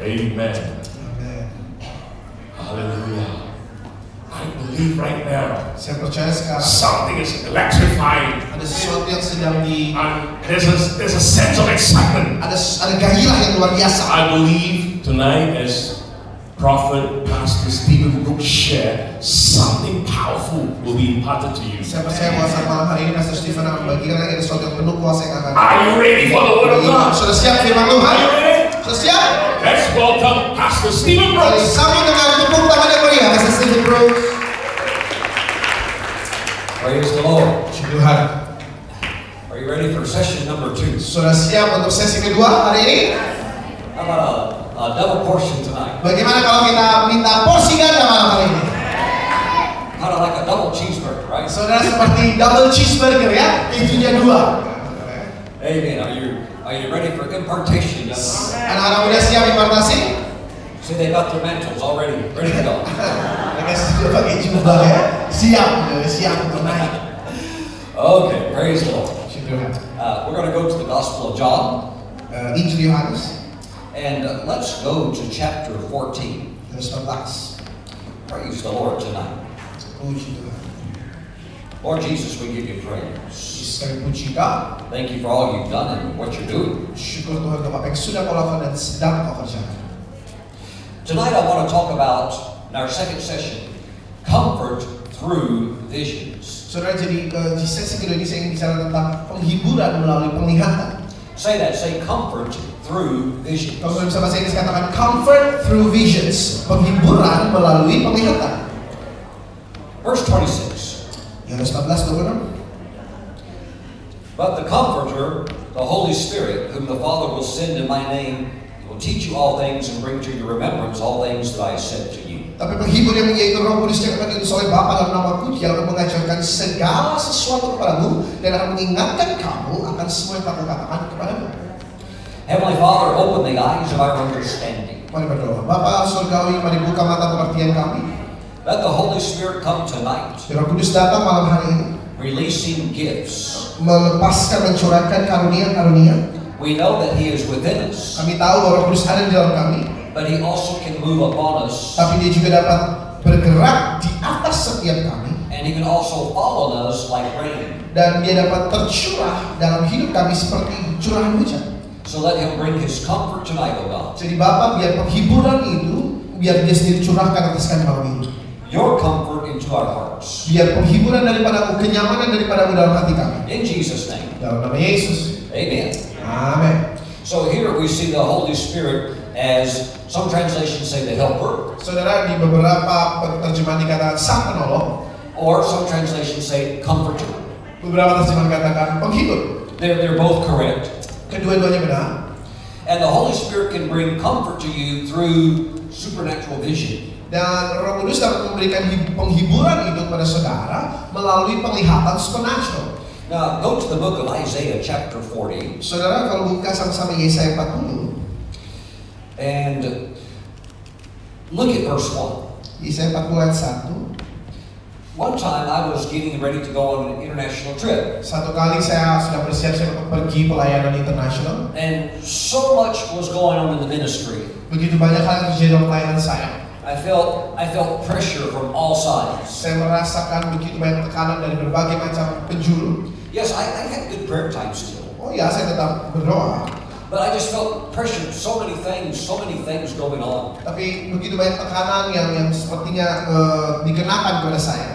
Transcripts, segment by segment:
Amen. Amen. Hallelujah. I believe right now Saya percaya sekarang something is electrifying. ada sesuatu yang sedang di And there's a, there's a sense of excitement. ada ada gairah yang luar biasa. I believe tonight, as Prophet Pastor Stephen Brooks shared, something powerful will be imparted to you. Saya percaya bahwa saat malam hari ini Pastor Stephen akan membagikan ada sesuatu yang penuh kuasa yang akan Are you ready for the Word of God? Sudah siap firman Are Tuhan? you ready? Sudah siap? Let's welcome Pastor Stephen Mari Brooks. sama dengan tepuk tangan yang meriah Pastor Stephen Brooks. Praise the Lord. Puji Tuhan. Are you ready for session number two? Sudah siap untuk sesi kedua hari ini? How about a, a double portion tonight? Bagaimana kalau kita minta porsi ganda malam hari ini? Kind of like a double cheeseburger, right? Saudara seperti double cheeseburger ya, isinya dua. Amen. Are you are you ready for impartation? Yes. Anak-anak muda siap impartasi? See, they got their mantles already ready to go. Mereka sudah pakai jubah ya, siap, eh, siap untuk naik. Okay, praise the Lord. Puji Tuhan. Uh, we're going to go to the Gospel of John, Eh, Injil Yohanes and uh, let's go to chapter 14. terus 14. Praise the Lord tonight. Puji Tuhan. Lord Jesus, we give you praise. Yesus kami puji kau. Thank you for all you've done and what you're doing. Syukur Tuhan untuk apa yang sudah kau lakukan dan sedang kau kerjakan. Tonight I want to talk about in our second session comfort through visions. Saudara, jadi eh, di sesi kedua ini saya ingin bicara tentang penghiburan melalui penglihatan. Say that, say comfort through visions. Kalau dalam bahasa Inggris katakan comfort through visions, penghiburan melalui penglihatan. Ya, Verse 26. Yohanes 14, 26. But the Comforter, the Holy Spirit, whom the Father will send in my name, will teach you all things and bring to your remembrance all things that I said to you. Tapi penghibur yang yaitu Roh Kudus yang akan diutus oleh Bapa dalam namaku, dia akan mengajarkan segala sesuatu kepadamu dan akan mengingatkan kamu akan semua yang aku katakan kepadamu. Heavenly Father, open the eyes of our understanding. Mari berdoa. Bapa surgawi, mari buka mata pengertian kami. Let the Holy Spirit come tonight, Roh Kudus datang malam hari ini releasing gifts. melepaskan mencurahkan karunia-karunia. We know that He is within us, Kami tahu bahwa Roh Kudus ada di dalam kami, but He also can move upon us tapi dia juga dapat bergerak di atas setiap kami And he can also fall on us like rain. dan dia dapat tercurah dalam hidup kami seperti curahan hujan. So let him bring his comfort tonight, O God. Jadi Bapak biar penghiburan itu biar dia sendiri curahkan atas kami malam ini. Your comfort into our hearts. Biar penghiburan daripadamu, kenyamanan daripadamu dalam hati kami. In Jesus' name. Dalam nama Yesus. Amen. Amin. So here we see the Holy Spirit as some translations say the helper, Saudara di beberapa terjemahan dikatakan sang penolong, or some translations say comforter. beberapa terjemahan katakan penghibur. They're, they're both correct. Kedua-duanya benar. And the Holy Spirit can bring comfort to you through supernatural vision. Dan Roh Kudus dapat memberikan hib- penghiburan itu kepada saudara melalui penglihatan supernatural. Now go to the book of Isaiah chapter 40. Saudara kalau buka sama-sama Yesaya 40, And look at verse 1. Yesaya 40 ayat 1. One time I was getting ready to go on an international trip, Satu kali saya sudah bersiap-siap untuk pergi pelayanan internasional. and so much was going on in the ministry. Begitu banyak hal yang terjadi dalam pelayanan saya. I felt I felt pressure from all sides. Saya merasakan begitu banyak tekanan dari berbagai macam penjuru. Yes, I, I had good prayer time still, Oh ya, saya tetap berdoa. but I just felt pressure. So many things, so many things going on. Tapi begitu banyak tekanan yang yang sepertinya eh, dikenakan kepada saya.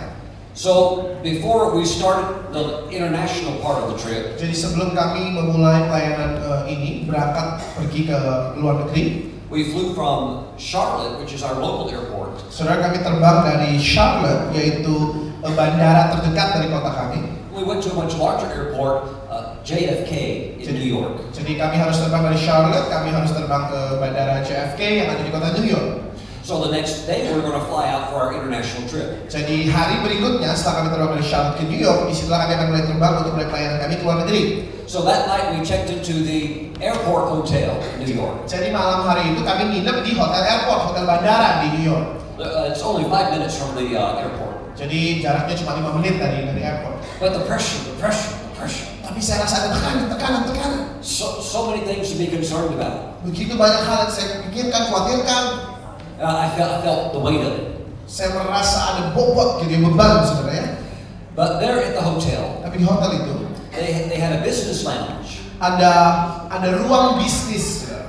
So before we started the international part of the trip, Jadi sebelum kami memulai pelayanan eh, ini berangkat pergi ke luar negeri, we flew from Charlotte, which is our local airport, saudara kami terbang dari Charlotte, yaitu eh, bandara terdekat dari kota kami. we went to a much larger airport, uh, JFK in New York. Jadi kami harus terbang dari Charlotte, kami harus terbang ke bandara JFK yang ada di kota New York. So the next day we were going to fly out for our international trip. Jadi hari berikutnya setelah kami terbang dari Charlotte ke New York, disitulah kami akan mulai terbang untuk mulai pelayanan kami ke luar negeri. So that night we checked into the airport hotel in New York. Jadi malam hari itu kami nginep di hotel airport, hotel bandara di New York. Uh, It's only five minutes from the uh, airport. Jadi jaraknya cuma 5 menit dari dari airport. But the pressure, the pressure, the pressure. Tapi saya rasa ada tekanan, tekanan, tekanan. So, so many things to be concerned about. Begitu banyak hal yang saya pikirkan, dikhawatirkan. And I felt, I felt the weight of it. Saya merasa ada bobot gitu ya, beban sebenarnya. But there at the hotel, Tapi di hotel itu they, they had a business lounge. ada ada ruang bisnis. ya. saudara.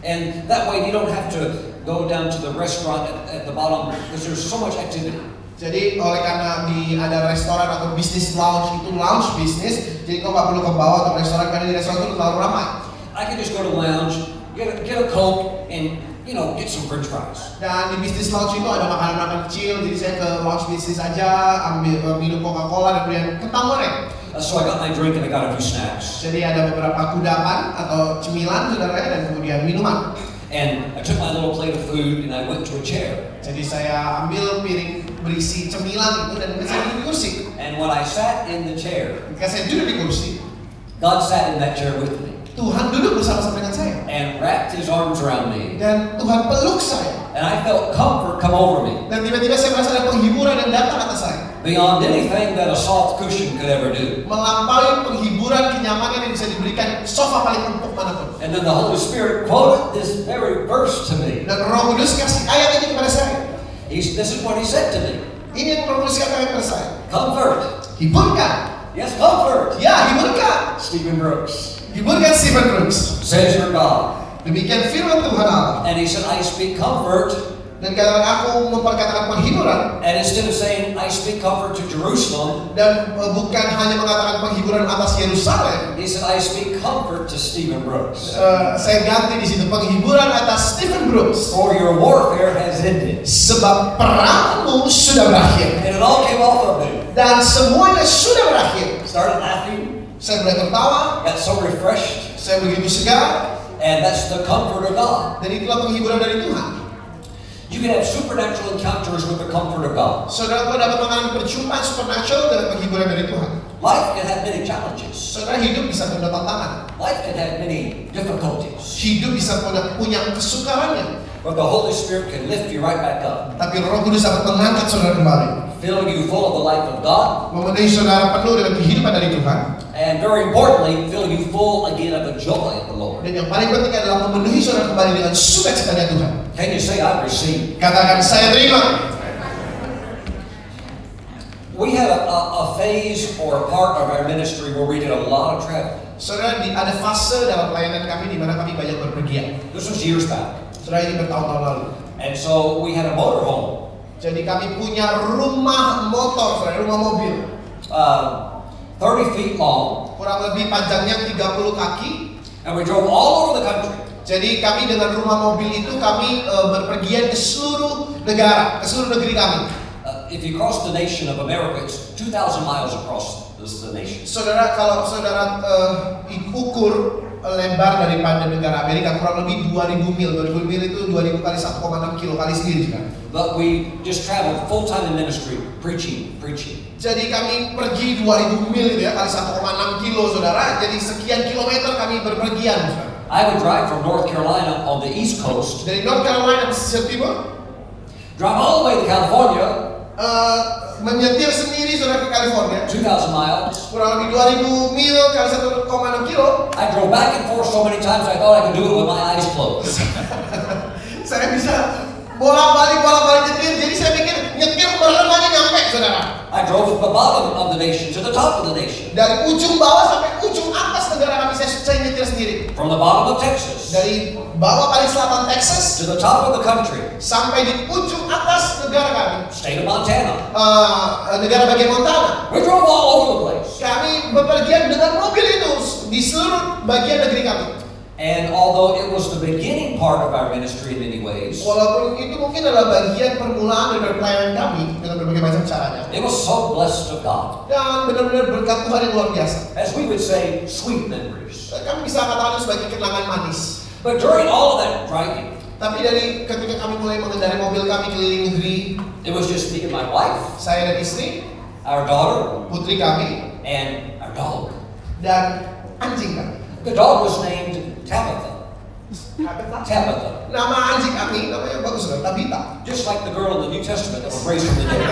And that way you don't have to go down to the restaurant at, at the bottom because there's so much activity. Jadi oleh karena di ada restoran atau bisnis lounge itu lounge bisnis, jadi kau nggak perlu ke bawah atau restoran karena di restoran itu terlalu ramai. I can just go to the lounge, get a, get a Coke, and, you know, get some french fries. Dan di bisnis lounge itu ada makanan-makanan kecil, jadi saya ke lounge bisnis aja ambil eh, minum Coca-Cola dan kemudian kentang goreng. Uh, so I got my drink and I got a few snacks. Jadi ada beberapa kudapan atau cemilan saudara ya, dan kemudian minuman. And I took my little plate of food and I went to a chair. Jadi saya ambil piring berisi cemilan itu dan kemudian saya duduk di kursi. And when I sat in the chair, Ketika saya duduk di kursi, God sat in that chair with me Tuhan duduk bersama-sama dengan saya. and wrapped his arms around me. Dan Tuhan peluk saya. And I felt comfort come over me Dan tiba-tiba saya merasa ada penghiburan yang datang atas saya. beyond anything that a soft cushion could ever do. Melampaui penghiburan kenyamanan yang bisa diberikan sofa paling empuk manapun. And then the Holy Spirit quoted this very verse to me. Dan Roh Kudus kasih ayat ini kepada saya. He's, this is what he said to me Ini yang Roh Kudus katakan kepada saya. Comfort. Hiburkan. Yes, comfort. Ya, hiburkan. Stephen Brooks Hiburkan Stephen Brooks. says your God. Demikian firman Tuhan Allah. And he said, I speak comfort. Dan kadang aku memperkatakan penghiburan And instead of saying, I speak comfort to Jerusalem, dan eh, bukan hanya mengatakan penghiburan atas Yerusalem. he said, I speak comfort to Stephen Brooks. eh, saya ganti di situ penghiburan atas Stephen Brooks. For your warfare has ended. Sebab perangmu sudah berakhir. And it all came off of him. dan semuanya sudah berakhir. Started laughing, Saya mulai tertawa, got so refreshed. saya begitu segar, And that's the comfort of God. dan itulah penghiburan dari Tuhan. You can have supernatural encounters with the comfort of God. Saudara dapat mengalami perjumpaan supernatural dan penghiburan dari Tuhan. Life can have many challenges. Saudara hidup bisa penuh tantangan, Life can have many difficulties. hidup bisa punya, punya kesukarannya, But the Holy Spirit can lift you right back up, tapi Roh Kudus dapat mengangkat saudara kembali, fill you full of the life of God, memenuhi saudara penuh dengan kehidupan dari Tuhan, and very importantly, fill you full again of the joy of the Lord. dan yang paling penting adalah memenuhi saudara kembali dengan sukacitanya Tuhan. Can you say, I receive? Katakan saya terima. We had a, a, a phase or a part of our ministry where we did a lot of traveling. Saudara di- ada fase dalam pelayanan kami di mana kami banyak berpergian. This was years back. Saudara ini bertahun-tahun lalu. And so we had a motorhome. Jadi kami punya rumah motor, saudara, rumah mobil. Uh, 30 feet long, Kurang lebih panjangnya 30 kaki. and we drove all over the country. Jadi kami dengan rumah mobil itu kami eh, berpergian ke seluruh negara, ke seluruh negeri kami. Uh, if you cross the nation of America, it's 2,000 miles across this, the nation. Saudara kalau saudara eh, ukur lebar daripada negara Amerika kurang lebih 2000 mil. 2000 mil itu 2000 kali 1,6 kilo kali sendiri kan. But we just traveled full time in ministry, preaching, preaching. Jadi kami pergi 2000 mil itu ya kali 1,6 kilo saudara. Jadi sekian kilometer kami berpergian. Saudara. I would drive from North Carolina on the East Coast, Dari North Carolina pesisir timur drive all the way to California, eh menyetir sendiri saudara ke California 2,000 miles. kurang lebih 2000 mil kali 1,6 kilo I drove back and forth so many times I thought I could do it with my eyes closed. saya bisa bolak balik bolak balik nyetir jadi saya pikir nyetir merem aja nyampe saudara I drove from the bottom of the nation to the top of the nation, dari ujung bawah sampai ujung atas negara kami saya, saya nyetir sendiri from the bottom of Texas dari bawah paling selatan Texas to the top of the country, sampai di ujung atas negara kami state of Montana. Eh, negara bagian Montana We drove all over the place. kami bepergian dengan mobil itu di seluruh bagian negeri kami And although it was the beginning part of our ministry in many ways, Walaupun itu mungkin adalah bagian permulaan dari pelayanan kami dengan berbagai macam caranya. It was so blessed of God. Dan benar-benar berkat Tuhan yang luar biasa. As we would say, sweet memories. Kami bisa katakan itu sebagai kenangan manis. But during all of that driving, Tapi dari ketika kami mulai mengendarai mobil kami keliling negeri, it was just me and my wife, saya dan istri, our daughter, putri kami, and our dog. dan anjing kami. The dog was named Tabitha. Tabitha. Nama anjing kami, namanya bagus kan, Tabita. Just like the girl in the New Testament that was raised from the dead.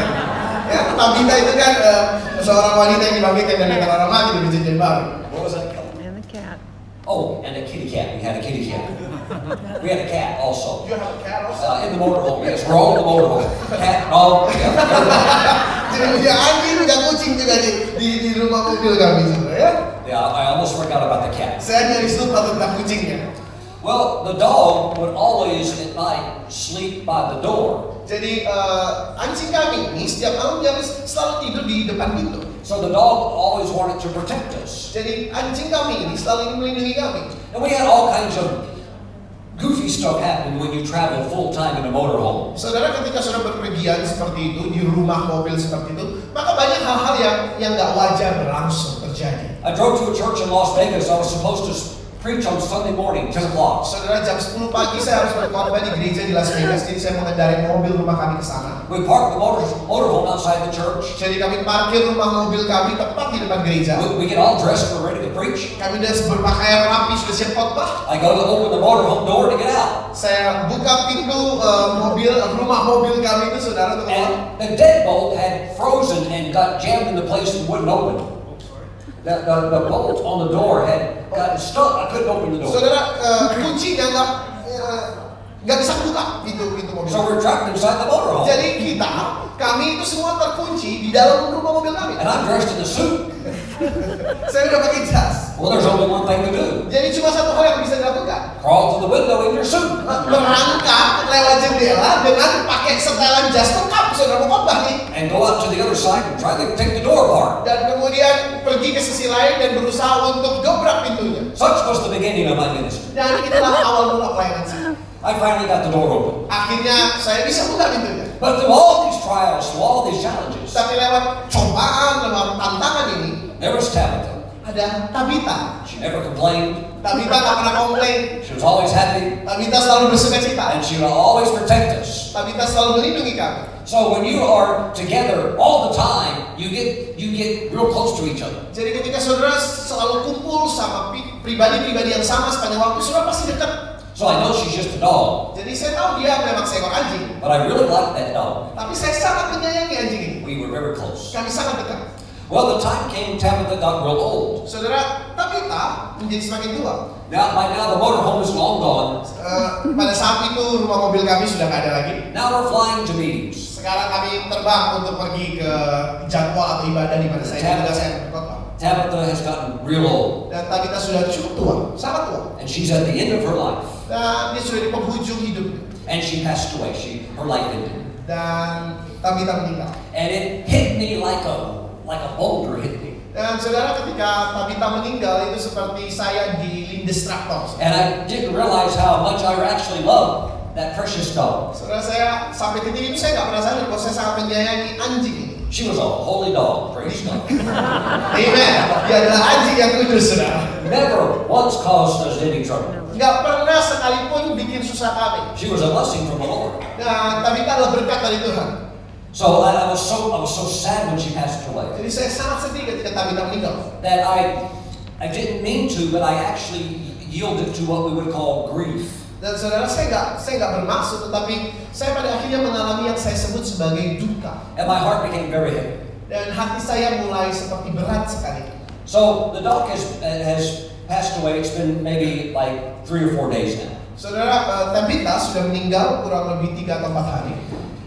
Ya, Tabita itu kan eh, seorang wanita yang dibangkitkan dari negara orang mati dari perjanjian baru. What was that called? And the cat. Oh, and a kitty cat. We had a kitty cat. We had a cat also. You have a cat also? Uh, in the motorhome, yes. We're all in the motorhome. Cat, dog, yeah. Tidak punya anjing, tidak kucing tidak di, di, di rumah mobil kami saudara ya. Yeah, I almost forgot about the cat. Saya nyaris lupa tentang kucingnya. Well, the dog would always at night sleep by the door. Jadi eh, anjing kami ini setiap malam nyaris selalu tidur di depan pintu. So the dog always wanted to protect us. Jadi anjing kami ini selalu ingin melindungi kami. And we had all kinds of goofy stuff happen when you travel full time in a motorhome. Saudara ketika saudara berpergian seperti itu di rumah mobil seperti itu, maka banyak hal-hal yang yang nggak wajar langsung terjadi. I drove to a church in Las Vegas. I was supposed to s- preach on Sunday morning, 10 o'clock. Saudara jam 10 pagi saya harus berkhotbah di gereja di Las Vegas, jadi saya mengendarai mobil rumah kami ke sana. We parked the motor, motorhome outside the church. Jadi kami parkir rumah mobil kami tepat di depan gereja. We, we get all dressed, we're ready to preach. Kami sudah berpakaian rapi sudah siap khotbah. I go to open the motorhome door to get out. Saya buka pintu eh, mobil rumah mobil kami itu saudara untuk keluar. And the deadbolt had frozen and got jammed into place and wouldn't open. The, the, the bolt on the door had gotten stuck. I couldn't open the door. Saudara eh, kuncinya nggak eh, nggak bisa buka pintu pintu mobil. So we're trapped inside the motorhome. Jadi kita, kami itu semua terkunci di dalam rumah mobil kami. And I'm dressed in a suit. Saya udah pakai jas. Well, there's only one thing to do Jadi cuma satu hal yang bisa dilakukan. crawl to the window in your suit. Berangkat lewat jendela dengan pakai setelan jas lengkap saudara mau khotbah nih. and go out to the other side and try to take the door apart. Dan kemudian pergi ke sisi lain dan berusaha untuk dobrak pintunya. Such was the beginning of my ministry. Dan itulah awal mula pelayanan saya. I finally got the door open. Akhirnya saya bisa buka pintunya. But through all these trials, through all these challenges, Tapi lewat cobaan, lewat tantangan ini there was Tabitha. ada Tabita. She never complained. Tabita gak pernah komplain. She was always happy, Tabita selalu bersuka cita. and she would always protect us. Tabita selalu melindungi kami. So when you are together all the time, you get you get real close to each other. Jadi ketika saudara selalu kumpul sama pri- pribadi-pribadi yang sama sepanjang waktu, saudara pasti dekat. So I know she's just a dog, Jadi saya tahu dia memang seekor anjing, but I really like that dog. tapi saya sangat menyayangi anjing ini. We were very close. Kami sangat dekat. Well, the time came Tabitha got real old. Saudara Tabita menjadi semakin tua. Now by now the motorhome is long gone. Eh, pada saat itu rumah mobil kami sudah tidak ada lagi. Now we're flying to meetings. Sekarang kami terbang untuk pergi ke jadwal atau ibadah di mana saya juga saya berkhotbah. Tabitha has gotten real old, Dan Tabita sudah cukup tua, sangat tua. and she's at the end of her life. Dan dia sudah di penghujung hidupnya. And she passed away. She her life ended, Dan Tabita meninggal. and it hit me like a like a boulder hit me. Dan saudara ketika Tabita meninggal itu seperti saya dilindes traktor. And I didn't realize how much I actually loved that precious dog. Saudara saya sampai ke itu saya nggak pernah sadar bahwa saya sangat menyayangi anjing ini. She was a holy dog, praise God. Amen. Dia adalah anjing yang kudus, saudara. Never once caused us any trouble. Nggak pernah sekalipun bikin susah kami. She was a blessing from the Lord. Nah, Tabita adalah berkat dari Tuhan. So I, I was so I was so sad when she passed away Jadi saya sangat sedih ketika Tabita meninggal. that I I didn't mean to, but I actually yielded to what we would call grief. Dan saudara saya nggak saya nggak bermaksud, tetapi saya pada akhirnya mengalami yang saya sebut sebagai duka. And my heart became very heavy. Dan hati saya mulai seperti berat sekali. So the dog has, has passed away. It's been maybe like three or four days now. Saudara eh, Tabita sudah meninggal kurang lebih tiga atau empat hari.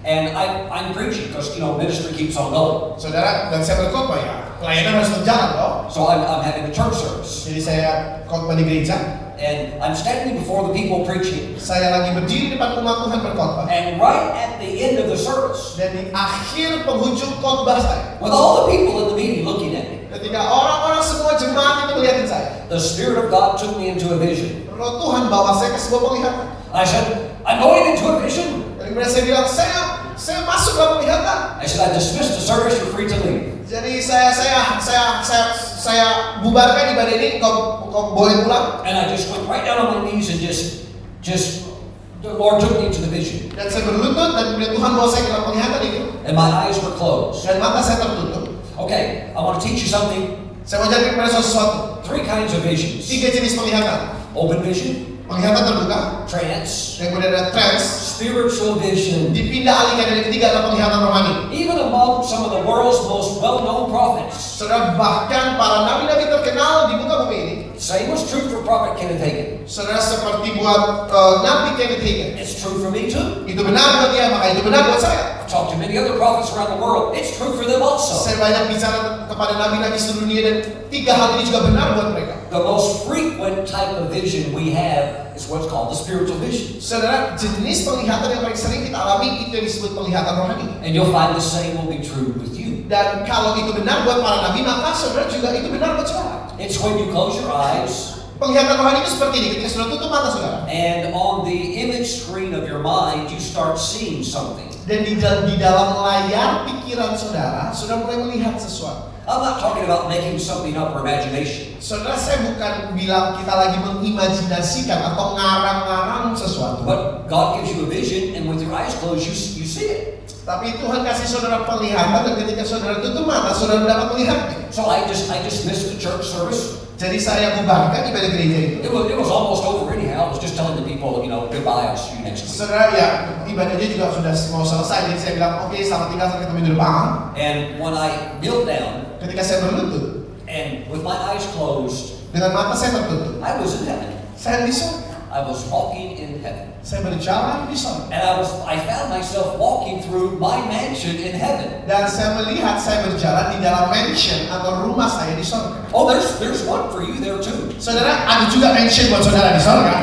And I, I'm preaching because, you know, ministry keeps on going. Saudara dan saya berkhotbah ya, pelayanan harus berjalan loh. So I'm, I'm having a church service. Jadi saya khotbah di gereja, And I'm standing before the people preaching. saya lagi berdiri di depan umat Tuhan berkhotbah. And right at the end of the service, Dan di akhir penghujung khotbah saya, with all the people in the meeting looking at me, ketika orang-orang semua jemaat itu melihatin saya, the Spirit of God took me into a vision. roh Tuhan bawa saya ke sebuah penglihatan. I said, I'm going into a vision. Dan kemudian saya bilang, saya saya masuk dalam penglihatan. I said, I dismissed the service. You're free to leave. Jadi saya saya saya saya saya bubarkan ibadah ini, kau, kau boleh pulang. And I just went right down on my knees and just, just, the Lord took me to the vision. Dan saya berlutut dan kemudian Tuhan bawa saya ke dalam penglihatan itu. and my eyes were closed. dan mata saya tertutup. Okay, I want to teach you something. Saya mau ajarkan kepada saudara sesuatu. Three kinds of visions: Tiga jenis penglihatan. open vision, Penglihatan terbuka, trance, yang kemudian ada trance. spiritual vision. Dipindah alihkan dari ketiga adalah penglihatan rohani. Even among some of the world's most well-known prophets, Saudara bahkan para nabi-nabi terkenal di muka bumi ini. Same was true for Prophet Kenneth Hagin. Saudara seperti buat eh, Nabi Kenneth Hagin. It's true for me too. Itu benar buat dia, maka itu benar buat saya. I've talked to many other prophets around the world. It's true for them also. Saya banyak bicara kepada nabi-nabi seluruh dunia dan tiga hal ini juga benar buat mereka. The most frequent type of vision we have is what's called the spiritual vision. Saudara, jenis penglihatan yang paling sering kita alami itu yang disebut penglihatan rohani. And you'll find the same will be true with you. Dan kalau itu benar buat para nabi, maka saudara juga itu benar buat saudara. It's when you close your eyes Penglihatan rohani itu seperti ini, ketika saudara tutup mata saudara. and on the image screen of your mind you start seeing something. Dan di, dal- di dalam layar pikiran saudara, saudara mulai melihat sesuatu. I'm not talking about making something up or imagination. Saudara, saya bukan bilang kita lagi mengimajinasikan atau ngarang-ngarang sesuatu. But God gives you a vision, and with your eyes closed, you, you see it. Tapi Tuhan kasih saudara penglihatan dan ketika saudara tutup mata, saudara dapat melihatnya. So I just I just missed the church service. Jadi saya bubarkan ibadah gereja itu. It was, it was almost over anyhow. I was just telling the people, you know, goodbye. I'll see you next week. Saudara ya ibadahnya juga sudah mau selesai. Jadi saya bilang oke selamat tinggal sampai ketemu di depan. And when I knelt down Ketika saya berlutut and with my eyes closed, dengan mata saya tertutup, I was in heaven. saya di sorga. I was walking in heaven, Saya berjalan di sorga. and I was I found myself walking through my mansion in heaven. Dan saya melihat saya berjalan di dalam mansion atau rumah saya di sorga. Oh, there's there's one for you there too. Saudara ada juga mansion buat saudara di sorga.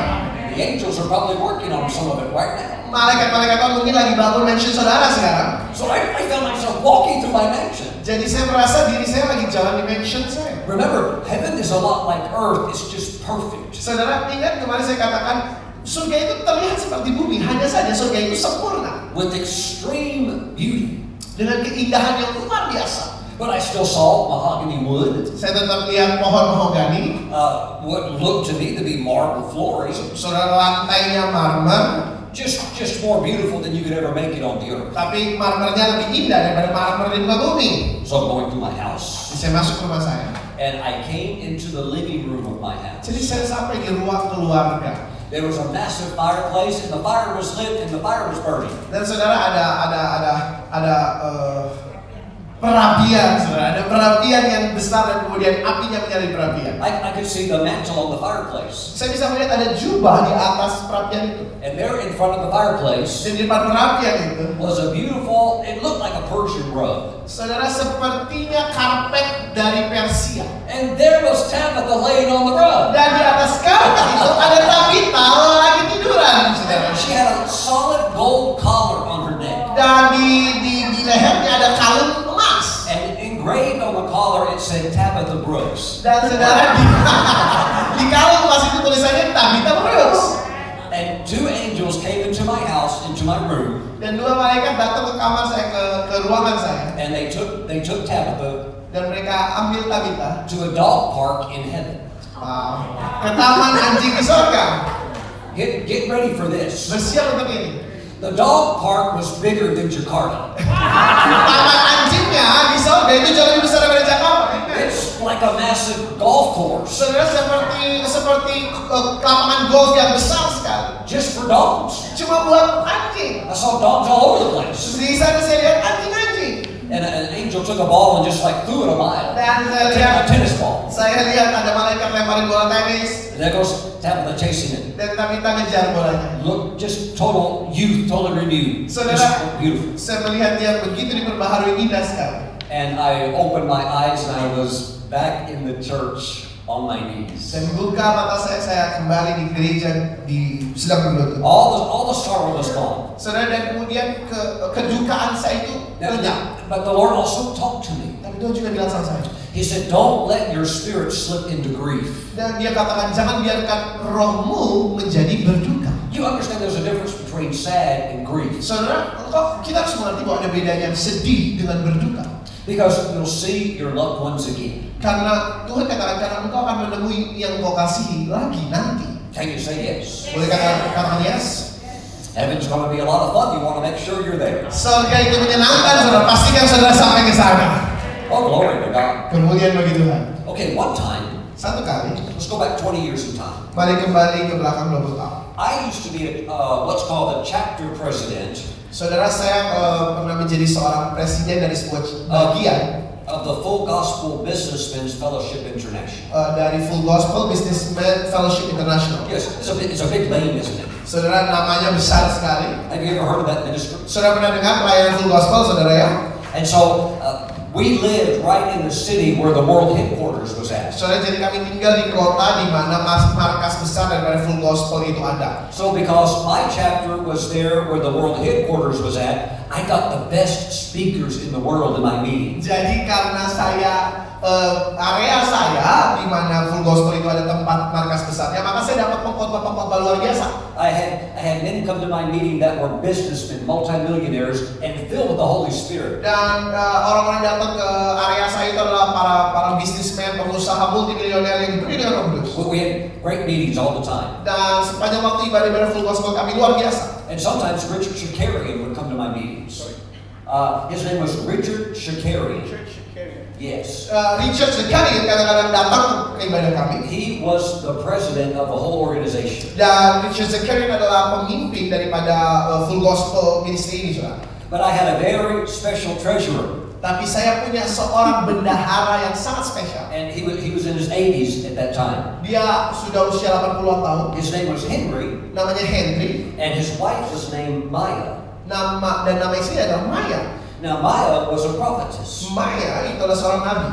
The angels are probably working on some of it right now. Malaikat-malaikat Tuhan mungkin lagi bangun mansion saudara sekarang. So I, I found myself walking through my mansion. Jadi saya merasa diri saya lagi jalan di mansion saya. Remember, heaven is a lot like earth, it's just perfect. Saudara ingat kemarin saya katakan surga itu terlihat seperti bumi, hanya saja surga itu sempurna With extreme beauty. dengan keindahan yang luar biasa. But I still saw mahogany wood, Saya tetap lihat pohon mahogani, uh, what looked to me to be marble floors, saudara lantainya marmer, just just more beautiful than you could ever make it on the earth. tapi marmernya lebih indah daripada marmer di muka bumi. So I'm going through my house, Saya masuk ke rumah saya. and I came into the living room of my house. Jadi saya sampai di ruang keluarga. There was a massive fireplace, and the fire was lit, and the fire was burning. Dan saudara ada ada ada ada eh, perapian, saudara ada perapian yang besar dan kemudian apinya menjadi perapian. I, I could see the mantle on the fireplace, Saya bisa melihat ada jubah di atas perapian itu. and there in front of the fireplace Dan di depan perapian itu, was a beautiful. It looked like a Persian rug. saudara sepertinya karpet dari Persia. And there was Tabitha laying on the rug. Dan di atas karpet itu ada Tabita lagi tiduran, saudara. She had a solid gold collar on her neck. Dan di, di, di lehernya ada kalung emas. And engraved on the collar, it said Tabitha Brooks. Dan saudara di, di kalung emas itu tulisannya Tabita Brooks. And two angels came into my house, into my room, Dan dua malaikat datang ke kamar saya, ke, ke ruangan saya. and they took they took Tabitha Dan mereka ambil Tabita to a dog park in heaven. uh, ke taman anjing di sorga. Get, get ready for this. Bersiap untuk ini. The dog park was bigger than Jakarta. Taman anjingnya di sorga itu jauh lebih besar daripada Jakarta. It's like a massive golf course Saudara seperti seperti eh, lapangan golf yang besar sekali. just for dogs. Cuma buat anjing. I saw dogs all over the place. Terus di sana saya lihat anjing-anjing. And an angel took a ball and just like threw it a mile. Dan saya Take lihat a tennis ball. saya lihat ada malaikat lemparin bola tenis And there goes Tabitha chasing it. dan Tabita ngejar bolanya. Look, just total youth, totally renewed. So did Just I. beautiful. Saya melihat dia begitu diperbaharui kan. indah sekali. And I opened my eyes and I was back in the church on my knees. Saya membuka mata saya, saya kembali di gereja di sedang berlutut. All the, all the sorrow was gone. Saudara dan kemudian ke, kedukaan saya itu Now, lenyap. but the Lord also talked to me. Tapi Tuhan juga bilang sama saya. He said, Don't let your spirit slip into grief. Dan dia katakan jangan biarkan rohmu menjadi berduka. You understand there's a difference between sad and grief. Saudara, engkau- kita harus mengerti bahwa ada bedanya sedih dengan berduka. Because you'll see your loved ones again. Karena Tuhan katakan karena engkau akan menemui yang kau kasihi lagi nanti. Can you say yes? Boleh kata katakan yes? Heaven's going to be a lot of fun. You want to make sure you're there. Surga itu menyenangkan, saudara. Pastikan saudara sampai ke sana. Oh, glory to God. Kemudian bagi Tuhan. Okay, one time, Satu kali, let's go back 20 years in time. balik kembali ke belakang 20 tahun. I used to be a, uh, what's called a chapter president Saudara saya eh, pernah menjadi seorang presiden dari sebuah bagian of the Full Gospel Businessmen's Fellowship International. uh, dari Full Gospel Businessman Fellowship International. Yes, it's a, big- it's a big name, isn't it? Saudara namanya besar sekali. Have you ever heard of that ministry? Saudara pernah dengar pelayanan Full Gospel, saudara ya? And so uh, we lived right in the city where the world headquarters was at. Saudara, jadi kami tinggal di kota di mana mas- markas besar daripada Full Gospel itu ada. So because my chapter was there where the world headquarters was at, I got the best speakers in the world in my meeting. Jadi karena saya eh, area saya di mana Full Gospel itu ada tempat markas besarnya, maka saya dapat pengkhotbah-pengkhotbah luar biasa. I had I had men come to my meeting that were businessmen, multimillionaires, and filled with the Holy Spirit. Dan eh, orang-orang yang datang ke area saya itu adalah para para bisnismen, pengusaha multimilioner yang diberi dengan Roh Kudus. We- We had great meetings all the time. Dan sepanjang waktu ibadah-ibadah Full Gospel kami luar biasa. And sometimes Richard Shakarian would come to my meetings. Uh, his name was Richard Shakarian. Church should carry it. Yes. Eh, Richard Zekari kadang-kadang datang ke ibadah kami. He was the president of the whole organization. Dan Richard Zekari adalah pemimpin daripada eh, Full Gospel Ministry ini, saudara. But I had a very special treasurer, Tapi saya punya seorang bendahara yang sangat spesial. and he was, he was in his 80s at that time. Dia sudah usia 80-an tahun. His name was Henry, Namanya Henry. and his wife was named Maya. Nama dan nama istrinya adalah Maya. Now, Maya was a prophetess. Maya itu adalah seorang nabi.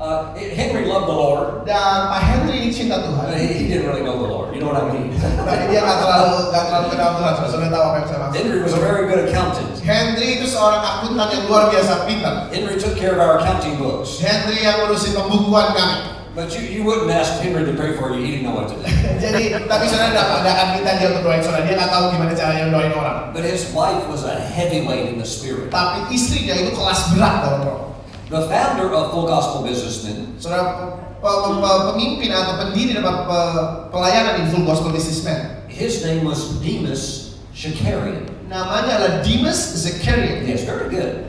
Uh, Henry loved the Lord, Dan Pak Henry ini cinta but Tuhan. he, he didn't really know the Lord. You know what I mean? Tapi dia nggak terlalu nggak terlalu kenal Tuhan. Saya sudah tahu apa yang saya maksud. Henry was a very good accountant. Henry itu seorang akuntan yang luar biasa pintar. Henry took care of our accounting books. Henry yang ngurusin pembukuan kami. But you, you wouldn't ask Henry to pray for you. He didn't know what to do. Jadi, tapi saudara tidak mengadakan kita dia untuk doain saudara. Dia nggak tahu gimana caranya doain orang. But his wife was a heavyweight in the spirit. Tapi istrinya itu kelas berat dalam roh. The founder of Full Gospel Businessmen Saudara pe- pe- pe- pemimpin atau pendiri dalam pe- pelayanan di Full Gospel Businessman. His name was Demas Shakarian. Namanya adalah Demas Zakarian. Yes, very good.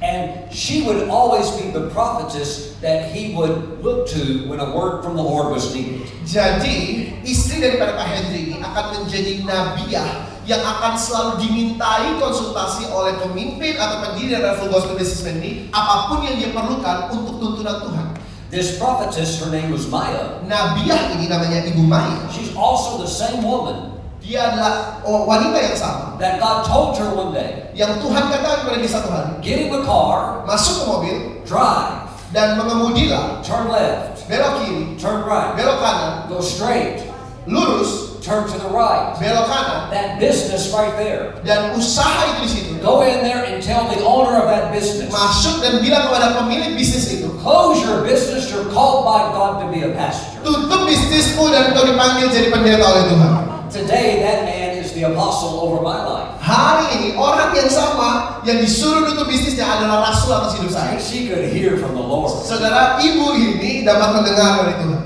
And she would always be the prophetess that he would look to when a word from the Lord was needed. Jadi istri daripada Pak Henry ini akan menjadi nabiah yang akan selalu dimintai konsultasi oleh pemimpin atau pendiri dari Full Gospel Businessman ini apapun yang dia perlukan untuk tuntunan Tuhan. This prophetess, her name was Maya. Nabiah ini namanya Ibu Maya. She's also the same woman Dia adalah oh, wanita yang sama. that God told her one day, Yang Tuhan katakan kepada dia satu hari, get in the car, masuk ke mobil drive, dan mengemudilah, turn left, belok kiri, turn right, belok kanan, go straight, lurus, turn to the right. belok kanan, That business right there. dan usaha itu di situ. Go in there and tell the owner of that business. Masuk dan bilang kepada pemilik bisnis itu, Close your business, you're called by God to be a pastor. tutup bisnismu dan kau dipanggil jadi pendeta oleh Tuhan. Today, that man is the apostle over my life. Hari ini orang yang sama yang disuruh tutup bisnisnya adalah rasul atas hidup saya. And she could hear from the Lord. Saudara ibu ini dapat mendengar dari Tuhan.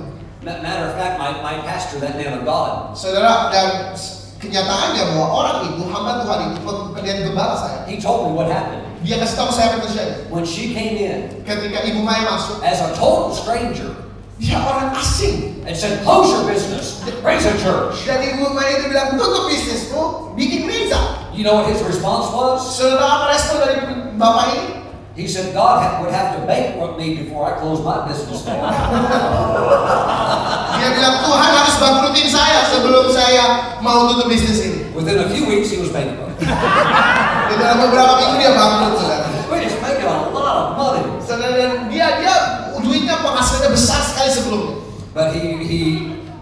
Ma- Matter of fact, my, my pastor, that man of God, Saudara dan kenyataannya bahwa orang itu hamba Tuhan itu pendeta gembala saya. he told me what happened. Dia kasih tahu saya apa yang terjadi. When she came in Ketika ibu Maya masuk, as a total stranger dia orang asing. and said, Close your business, raise a church. Dan ibu Maya itu bilang tutup bisnismu, bikin gereja. You know what his response was? Saudara apa respon dari bapak ini? He said, God ha- would have to bankrupt me before I close my business down. Dia bilang Tuhan harus bangkrutin saya sebelum saya mau tutup bisnis ini. Within a few weeks, he was bankrupt. Dan dalam beberapa minggu dia bangkrut saudara. We're just making a lot of money. Saudara dan dia dia duitnya penghasilannya besar sekali sebelumnya. But he, he,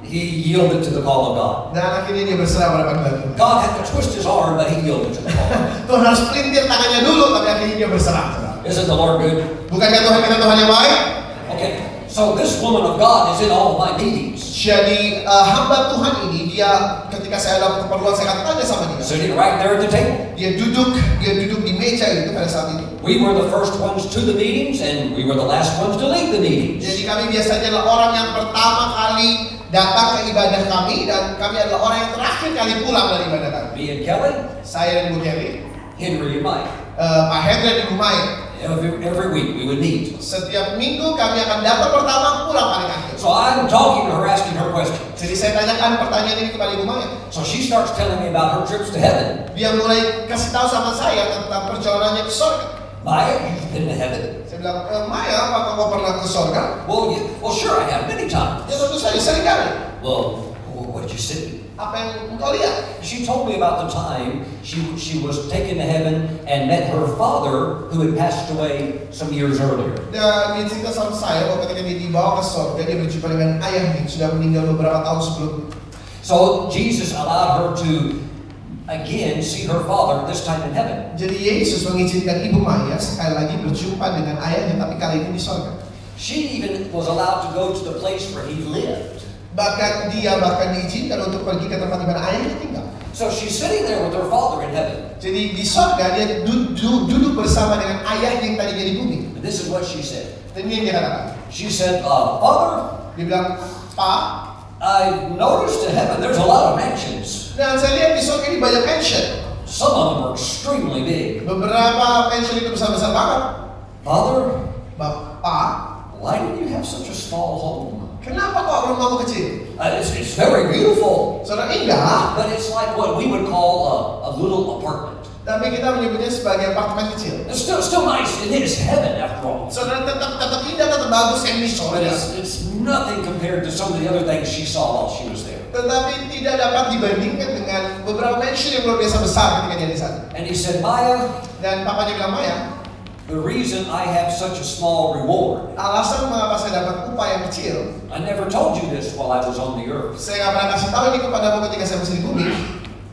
he yielded to the call of God. Dan akhirnya dia berserah pada panggilan Tuhan. God had to twist his arm, but he yielded to the call. Tuhan harus pelintir tangannya dulu, tapi akhirnya dia berserah. saudara. Isn't the Lord good? Bukankah Tuhan kita Tuhan yang baik? Okay, so this woman of God is in all of my meetings. Jadi eh, hamba Tuhan ini dia ketika saya dalam keperluan saya akan tanya sama dia. Sitting right there at the table. Dia duduk dia duduk di meja itu pada saat itu. We were the first ones to the meetings, and we were the last ones to leave the meetings. Jadi kami biasanya adalah orang yang pertama kali datang ke ibadah kami dan kami adalah orang yang terakhir kali pulang dari ibadah kami. Me and Kelly, Saya dan Bu Kelly, Henry and Mike. eh, Pak Hendra di rumah Every, every week we would meet. Setiap minggu kami akan datang pertama pulang paling akhir. So I'm talking to her, asking her questions. Jadi saya tanyakan pertanyaan ini kepada Ibu Maya. So she starts telling me about her trips to heaven. Dia mulai kasih tahu sama saya tentang perjalanannya ke surga. Maya, you've been to heaven? Saya bilang, e, Maya, apakah kau pernah ke surga? Well, yeah, well, sure, I have many times. Ya tentu saja, sering kali. Well, wh- what did you see? Apa yang engkau lihat? She told me about the time she, she was taken to heaven and met her father who had passed away some years earlier. Dan dia cerita sama saya bahwa ketika dia dibawa ke surga, dia berjumpa dengan ayahnya yang sudah meninggal beberapa tahun sebelumnya. So Jesus allowed her to again see her father, this time in heaven. Jadi Yesus mengizinkan Ibu Maya sekali lagi berjumpa dengan ayahnya, tapi kali ini di surga. She even was allowed to go to the place where he lived. Bahkan dia bahkan diizinkan untuk pergi ke tempat di mana ayahnya tinggal. So she's sitting there with her father in heaven. Jadi di surga dia du- du- duduk bersama dengan ayahnya yang tadinya di bumi. And this is what she said. Dan ini yang dia katakan. She said, uh, Father, Dia bilang, Pak, I noticed in heaven there's a lot of mansions. dan saya lihat di surga ini banyak pension. Some of them are extremely big. Beberapa pension itu besar-besar banget. Father, Bapak, why did you have such a small home? kenapa kok rumahmu kecil? Uh, it's, it's very beautiful, Ah, Saudara indah, but it's like what we would call a, a little apartment. tapi kita menyebutnya sebagai apartemen kecil. It's still, still nice. It is heaven after all. Saudara tetap tetap indah, tetap bagus yang di But surga. it's, it's nothing compared to some of the other things she saw while she was there. Tetapi tidak dapat dibandingkan dengan beberapa mansion yang luar biasa besar ketika dia di sana. And he said, Maya, Dan papanya bilang, Maya, the reason I have such a small reward, alasan mengapa saya dapat upah yang kecil, I never told you this while I was on the earth, saya nggak pernah kasih tahu ini kepadamu ketika saya masih di bumi,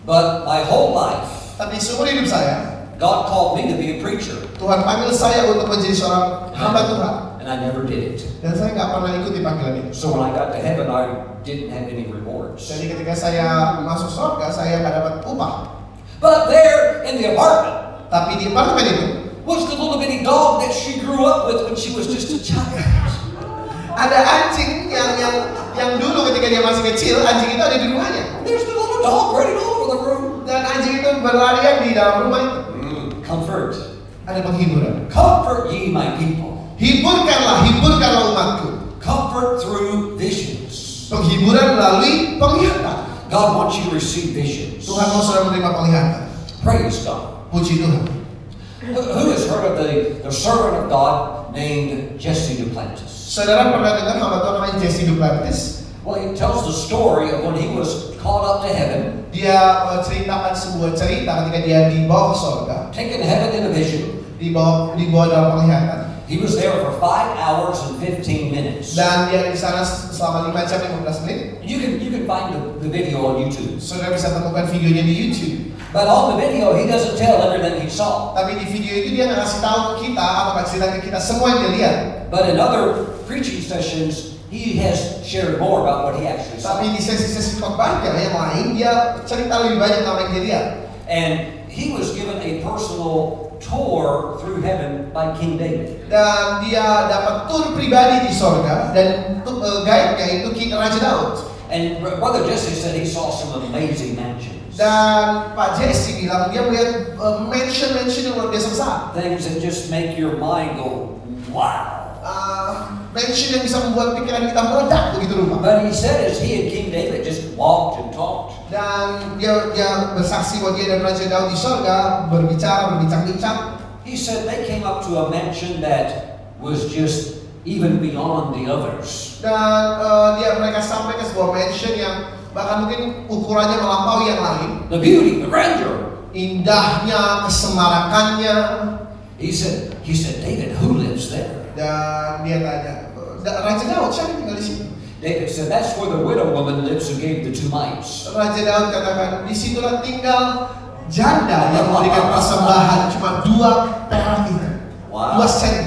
but my whole life, tapi seumur hidup saya, God called me to be a preacher, Tuhan panggil saya untuk menjadi seorang hamba Tuhan. and I never did it. Dan saya nggak pernah ikuti panggilan itu. So when I got to heaven, I didn't have any rewards. Jadi ketika saya masuk surga, saya nggak dapat upah. But there in the apartment Tapi di apartemen itu, was the little bitty dog that she grew up with when she was just a child. ada anjing yang yang yang dulu ketika dia masih kecil anjing itu ada di rumahnya There's the little dog running all over the room. dan anjing itu berlarian di dalam rumah itu Comfort. ada penghiburan Comfort ye, my people. hiburkanlah hiburkanlah umatku Comfort through visions. penghiburan melalui penglihatan God wants you to receive visions. Tuhan mau saudara menerima penglihatan Praise God. puji Tuhan Who who has heard of the, the servant of God named Jesse Duplantis? saudara pernah dengar hamba Tuhan namanya Jesse Duplantis Well, he tells the story of when he was called up to heaven, dia eh, ceritakan sebuah cerita ketika dia dibawa ke surga taken to heaven in a vision. dibawa dibawa dalam penglihatan He was there for five hours and 15 minutes. dan dia di sana selama 5 jam 15 menit You can, you can find the, the video on YouTube. saudara bisa temukan videonya di YouTube But on the video, he doesn't tell everything he saw. Tapi di video itu dia nggak ngasih tahu ke kita atau nggak cerita ke kita semua yang dia lihat. But in other preaching sessions, he has shared more about what he actually saw. Tapi di sesi-sesi khotbahnya yang lain dia cerita lebih banyak tentang yang dia lihat. And he was given a personal tour through heaven by King David. Dan dia dapat tur pribadi di sorga dan tu- eh, guide-nya itu King Raja Daud. And Brother Jesse said he saw some amazing mansions. Dan Pak Jesse bilang dia melihat eh, mansion-mansion yang luar biasa besar. Things that just make your mind go, wow. Ah, mansion yang bisa membuat pikiran kita meledak begitu rupa. But he said as he and King David just walked and talked. Dan dia, dia bersaksi bahwa dia dan Raja Daud di sorga berbicara, berbincang-bincang. He said they came up to a mansion that was just even beyond the others. dan eh, dia mereka sampai ke sebuah mansion yang bahkan mungkin ukurannya melampaui yang lain The beauty, the grandeur. indahnya kesemarakannya He said, he said, David, who lives there? dan dia tanya "Da- Raja Daud siapa yang tinggal di sini David said, that's where the widow woman lives who gave the two mites. Raja Daud katakan disitulah tinggal janda yang memberikan persembahan cuma dua perak itu Wow. dua sen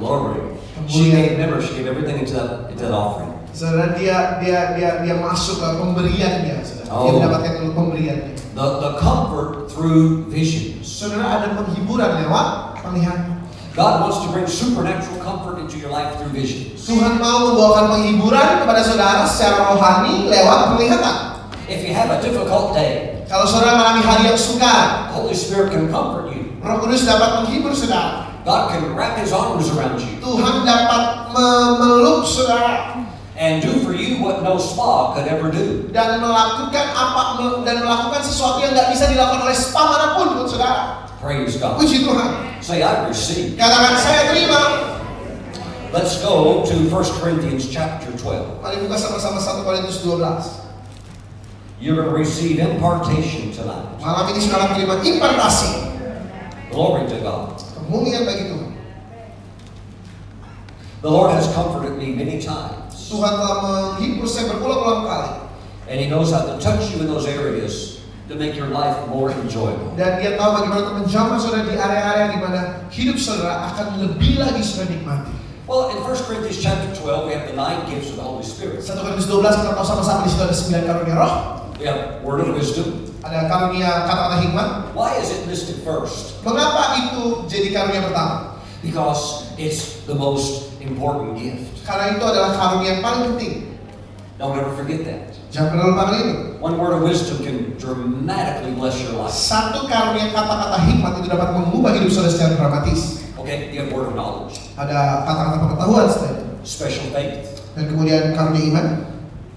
Glory. She gave, remember, she gave everything into that, into that offering. saudara dia dia dia dia masuk ke pemberiannya saudara dia Oh. mendapatkan dulu pemberiannya The, the comfort through visions. saudara ada penghiburan lewat penglihatan God wants to bring supernatural comfort into your life through visions. Tuhan mau membawakan penghiburan kepada saudara secara rohani lewat penglihatan. If you have a difficult day, Kalau saudara mengalami hari yang the sukar, Holy Spirit can comfort you. Roh Kudus dapat menghibur saudara. God can wrap His arms around you Tuhan dapat memeluk saudara and do for you what no spa could ever do. dan melakukan apa dan melakukan sesuatu yang tidak bisa dilakukan oleh spa manapun buat saudara. Praise God. Puji Tuhan. Say, I receive. Katakan saya terima. Let's go to 1 Corinthians chapter 12. Mari buka sama-sama 1 Korintus 12. You're going to receive impartation tonight. Malam ini saudara terima impartasi. Glory to God. Kemuliaan bagi Tuhan. The Lord has comforted me many times, Tuhan telah menghibur saya berulang-ulang kali. and He knows how to touch you in those areas to make your life more enjoyable. Dan dia tahu bagaimana untuk menjamah saudara di area-area di mana hidup saudara akan lebih lagi saudara nikmati. Well, in 1 Corinthians chapter 12, we have the nine gifts of the Holy Spirit. 1 Korintus 12 kita tahu sama-sama di situ ada 9 karunia roh, We have word of wisdom. ada karunia kata-kata hikmat. Why is it listed first? Mengapa itu jadi karunia pertama? Because it's the most important gift. Karena itu adalah karunia yang paling penting. Don't ever forget that. Jangan pernah lupakan ini. One word of wisdom can dramatically bless your life. Satu karunia kata-kata hikmat itu dapat mengubah hidup saudara secara dramatis. Okay, you have word of knowledge, Ada kata-kata pengetahuan saudara. special faith. Dan kemudian karunia iman,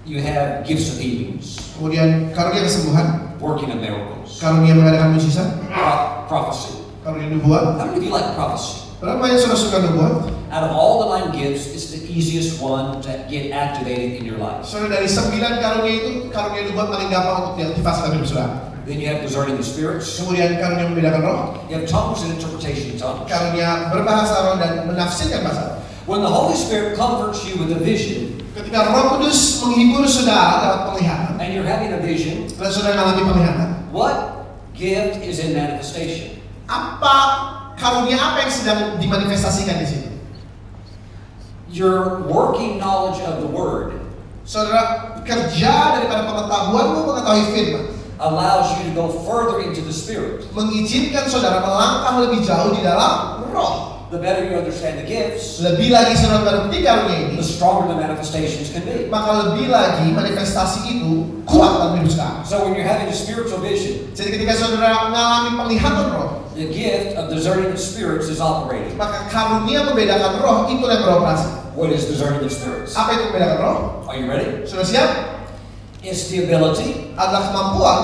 You have gifts of healings, kemudian karunia kesembuhan, working of miracles, karunia mengadakan mujizat, pro- prophecy. karunia nubuat. How many of you like prophecy? Berapa yang saudara suka nubuat? Out of all the nine gifts, it's the easiest one to get activated in your life. Saudara dari sembilan karunia itu karunia nubuat paling gampang untuk diaktifasi dalam hidup saudara. Then you have discerning the spirits. Kemudian karunia membedakan roh, You have tongues and interpretation of tongues. karunia berbahasa roh dan menafsirkan bahasa. roh. When the Holy Spirit comforts you with a vision, Ketika Roh Kudus menghibur saudara lewat penglihatan, and you're having a vision, dan saudara mengalami penglihatan, what gift is in manifestation? apa karunia apa yang sedang dimanifestasikan di situ? Your working knowledge of the Word Saudara kerja daripada pengetahuanmu mengetahui firman allows you to go further into the Spirit. mengizinkan saudara melangkah lebih jauh di dalam roh. The better you understand the gifts, Lebih lagi saudara berarti karunia ini, the stronger the manifestations can be. maka lebih lagi manifestasi itu kuat dalam hidup saudara. So when you're having a spiritual vision, Jadi ketika saudara mengalami penglihatan roh, the gift of discerning of spirits is operating. maka karunia membedakan roh itu yang beroperasi. What is discerning of spirits? Apa itu membedakan roh? Are you ready? Sudah siap? It's the ability Adalah kemampuan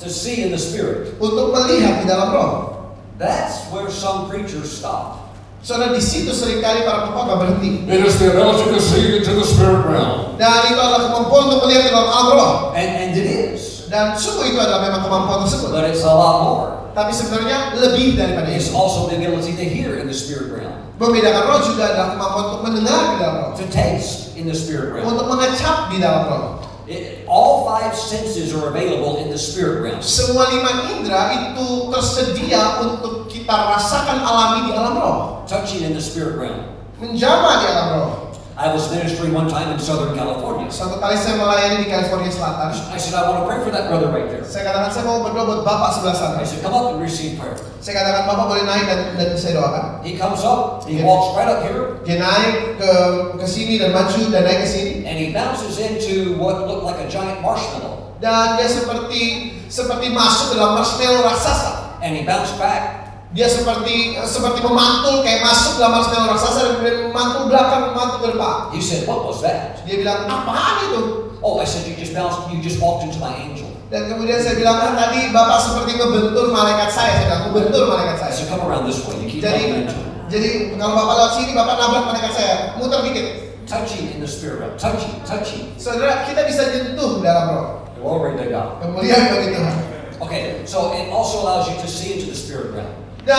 to see in the Spirit. untuk melihat di dalam roh. That's where some preachers stop. Saudara di situ seringkali para pengkhotbah berhenti. It is the ability to see into the spirit realm. Dan itu adalah kemampuan untuk melihat di dalam alam roh. And, and it is. Dan sungguh itu adalah memang kemampuan tersebut. But it's a lot more. Tapi sebenarnya lebih daripada It's itu. also the ability to hear in the Spirit realm, Membedakan roh juga adalah kemampuan untuk mendengar di dalam roh. to taste in the Spirit realm. Untuk mengecap di dalam roh. It, all five senses are available in the spirit realm. Semua lima indera itu tersedia untuk kita rasakan alami di alam roh. Touching in the spirit realm. Menjamah di alam roh. I was ministering one time in Southern California. Suatu kali saya melayani di California Selatan. I said, I want to pray for that brother right there. Saya katakan saya mau berdoa buat bapak sebelah sana. I said, come up and receive prayer. Saya katakan bapak boleh naik dan, dan saya doakan. He comes up, he walks right up here, Dia naik ke ke sini dan maju dan naik ke sini and he bounces into what looked like a giant marshmallow. dan dia seperti seperti masuk dalam marshmallow raksasa. And he bounced back. Dia seperti seperti memantul kayak masuk dalam marshmallow raksasa dan kemudian memantul belakang memantul ke depan. He said, what was that? Dia bilang apaan itu? Oh, I said, you just bounced, you just walked into my angel. Dan kemudian saya bilang "Ah, tadi bapak seperti ngebentur malaikat saya. Saya bilang bentur malaikat I saya. said, come around this way. You keep Jadi walking into it. jadi kalau bapak lewat sini bapak nabrak malaikat saya. Muter dikit. Touching in the spirit realm. Touching, touching. Saudara kita bisa jentuh dalam roh. Glory to God. Kemuliaan bagi Tuhan. Okay, so it also allows you to see into the spirit realm. Dan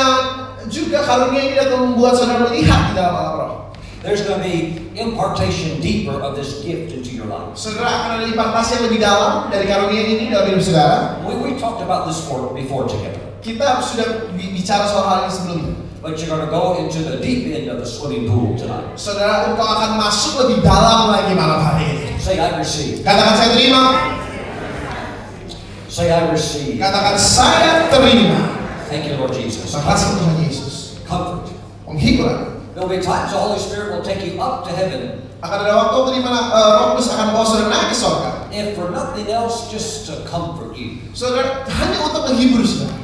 juga karunia ini dapat membuat saudara melihat di dalam alam roh. There's going to be impartation deeper of this gift into your life. Saudara akan ada impartasi yang lebih dalam dari karunia ini dalam hidup saudara. We, we talked about this for, before together, Kita sudah bi- bicara soal hal ini sebelumnya. but you're going to go into the deep end of the swimming pool tonight. Saudara, engkau akan masuk lebih dalam lagi malam hari ini. Say, I receive. Katakan saya terima. Say, I receive. Katakan saya terima. Thank you, Lord Jesus. Makasih Tuhan Yesus. Comfort. Penghiburan. There'll be times the Holy Spirit will take you up to heaven, Akan ada waktu di mana eh, Roh Kudus akan bawa saudara naik ke sorga. if for nothing else, just to comfort you, Saudara, hanya untuk menghibur saudara.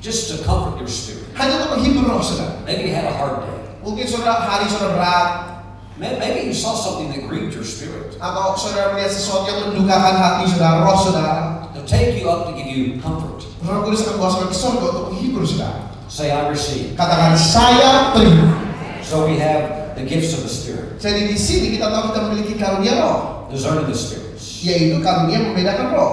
just to comfort your spirit. Hanya untuk menghibur roh saudara. Maybe you had a hard day. Mungkin saudara hari saudara berat, May- Maybe you saw something that grieved your spirit. atau saudara melihat sesuatu yang mendukakan hati saudara, roh saudara. They'll take you up to give you comfort. Roh Kudus akan bawa saudara ke sorga untuk menghibur saudara. Say, I receive. Katakan saya terima. So we have the gifts of the Spirit, Jadi di sini kita tahu kita memiliki karunia roh, discerning the spirits. yaitu karunia membedakan roh.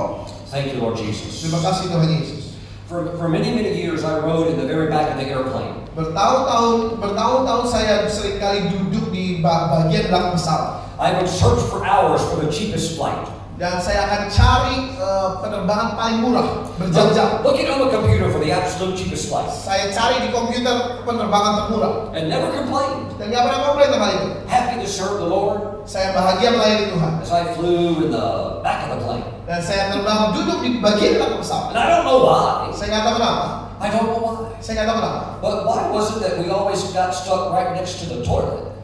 Thank you, Lord Jesus. Terima kasih Tuhan Yesus. For, for many, many years, I rode in the very back of the airplane. Bertahun-tahun bertahun-tahun saya seringkali duduk di ba- bagian belakang pesawat I would search for hours for the cheapest flight. dan saya akan cari eh, penerbangan paling murah berjam-jam. Looking on the computer for the absolute cheapest flight. Saya cari di komputer penerbangan termurah And never complained. dan nggak pernah komplain tentang hal itu. Happy to serve the Lord Saya bahagia melayani Tuhan as I flew in the back of the plane. dan saya terbang duduk di bagian belakang pesawat. And I don't know why. Saya nggak tahu kenapa. I don't know why. Saya nggak tahu kenapa. But why was it that we always got stuck right next to the toilet?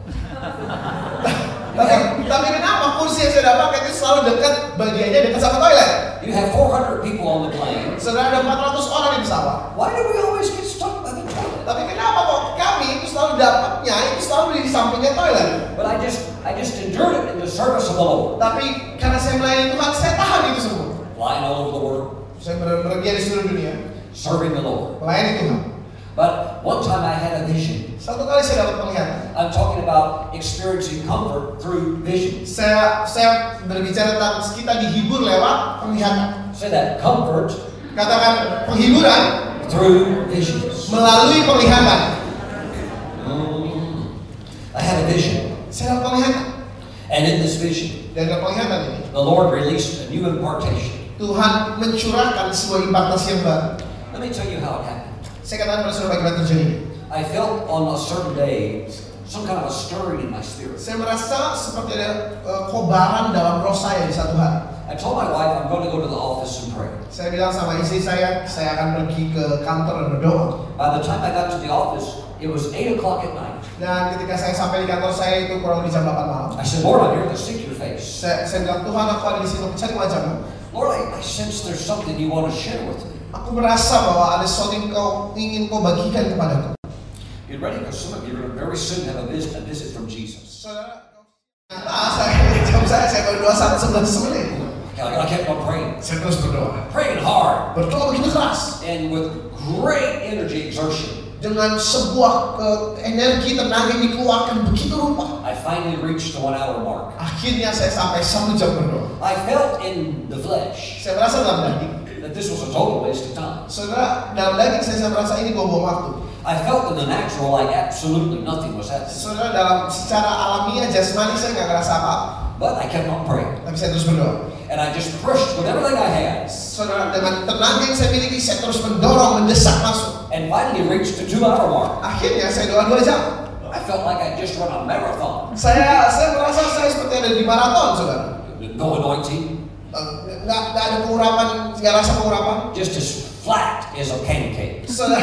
Tapi, tapi kenapa kursi yang saya dapatkan itu selalu dekat bagiannya dekat sama toilet? You have 400 people on the plane. Saudara ada 400 orang di pesawat. Why do we always get stuck by the toilet? Tapi kenapa kok kami itu selalu dapatnya itu selalu di sampingnya toilet? But I just, I just endured it in the service of the Lord. Tapi karena saya melayani Tuhan, saya tahan itu semua. Flying all over the world, Saya bepergian di seluruh dunia, serving the Lord. melayani Tuhan. But one time I had a vision. Satu kali saya dapat penglihatan. I'm talking about experiencing comfort through vision. Saya saya berbicara tentang kita dihibur lewat penglihatan. Say that comfort Katakan penghiburan through visions. melalui penglihatan. Mm. I had a vision, Saya dapat penglihatan. and in this vision, Dan dalam penglihatan ini, the Lord released a new impartation. Tuhan mencurahkan sebuah impartasi yang baru. Let me tell you how it happened. Saya katakan pada saudara bagaimana terjadi. I felt on a certain day some kind of a stirring in my spirit. Saya merasa seperti ada eh, kobaran dalam roh saya di satu hari. I told my wife I'm going to go to the office and pray. Saya bilang sama istri saya, saya akan pergi ke kantor dan berdoa. By the time I got to the office, it was eight o'clock at night. Dan ketika saya sampai di kantor saya itu kurang lebih jam 8 malam. I said, Lord, I'm here to seek your face. Saya, saya bilang, Tuhan aku ada di sini untuk cari wajahmu. Lord, I, I sense there's something you want to share with me. Aku merasa bahwa ada sesuatu yang kau ingin kau bagikan kepadaku. Get ready because some of you are going to very soon have a visit, a visit from Jesus. Saudara, ternyata Ah, saya, jam saya, saya baru doa saat 11 menit. And I kept on praying, Saya terus berdoa. praying hard, Berdoa begitu keras. and with great energy exertion, Dengan sebuah eh, energi tenaga yang dikeluarkan begitu rupa. I finally reached the one hour mark. Akhirnya saya sampai satu jam berdoa. I felt in the flesh Saya merasa dalam daging. that this was a total waste of time. Saudara, dalam daging saya, saya merasa ini buang-buang waktu. I felt in the natural like absolutely nothing was happening. Saudara dalam secara alamiah jasmani saya nggak ngerasa apa, But I kept on praying, tapi saya terus berdoa. and I just pushed with everything I had, Saudara dengan tenaga yang saya miliki saya terus mendorong, mendesak masuk. and finally reached the two hour mark. Akhirnya saya doa dua jam. I felt like I just run a marathon. Saya saya merasa saya seperti ada di maraton, saudara. No anointing, Eh, Nggak nggak ada pengurapan, nggak rasa pengurapan. just as flat as a pancake. Saudara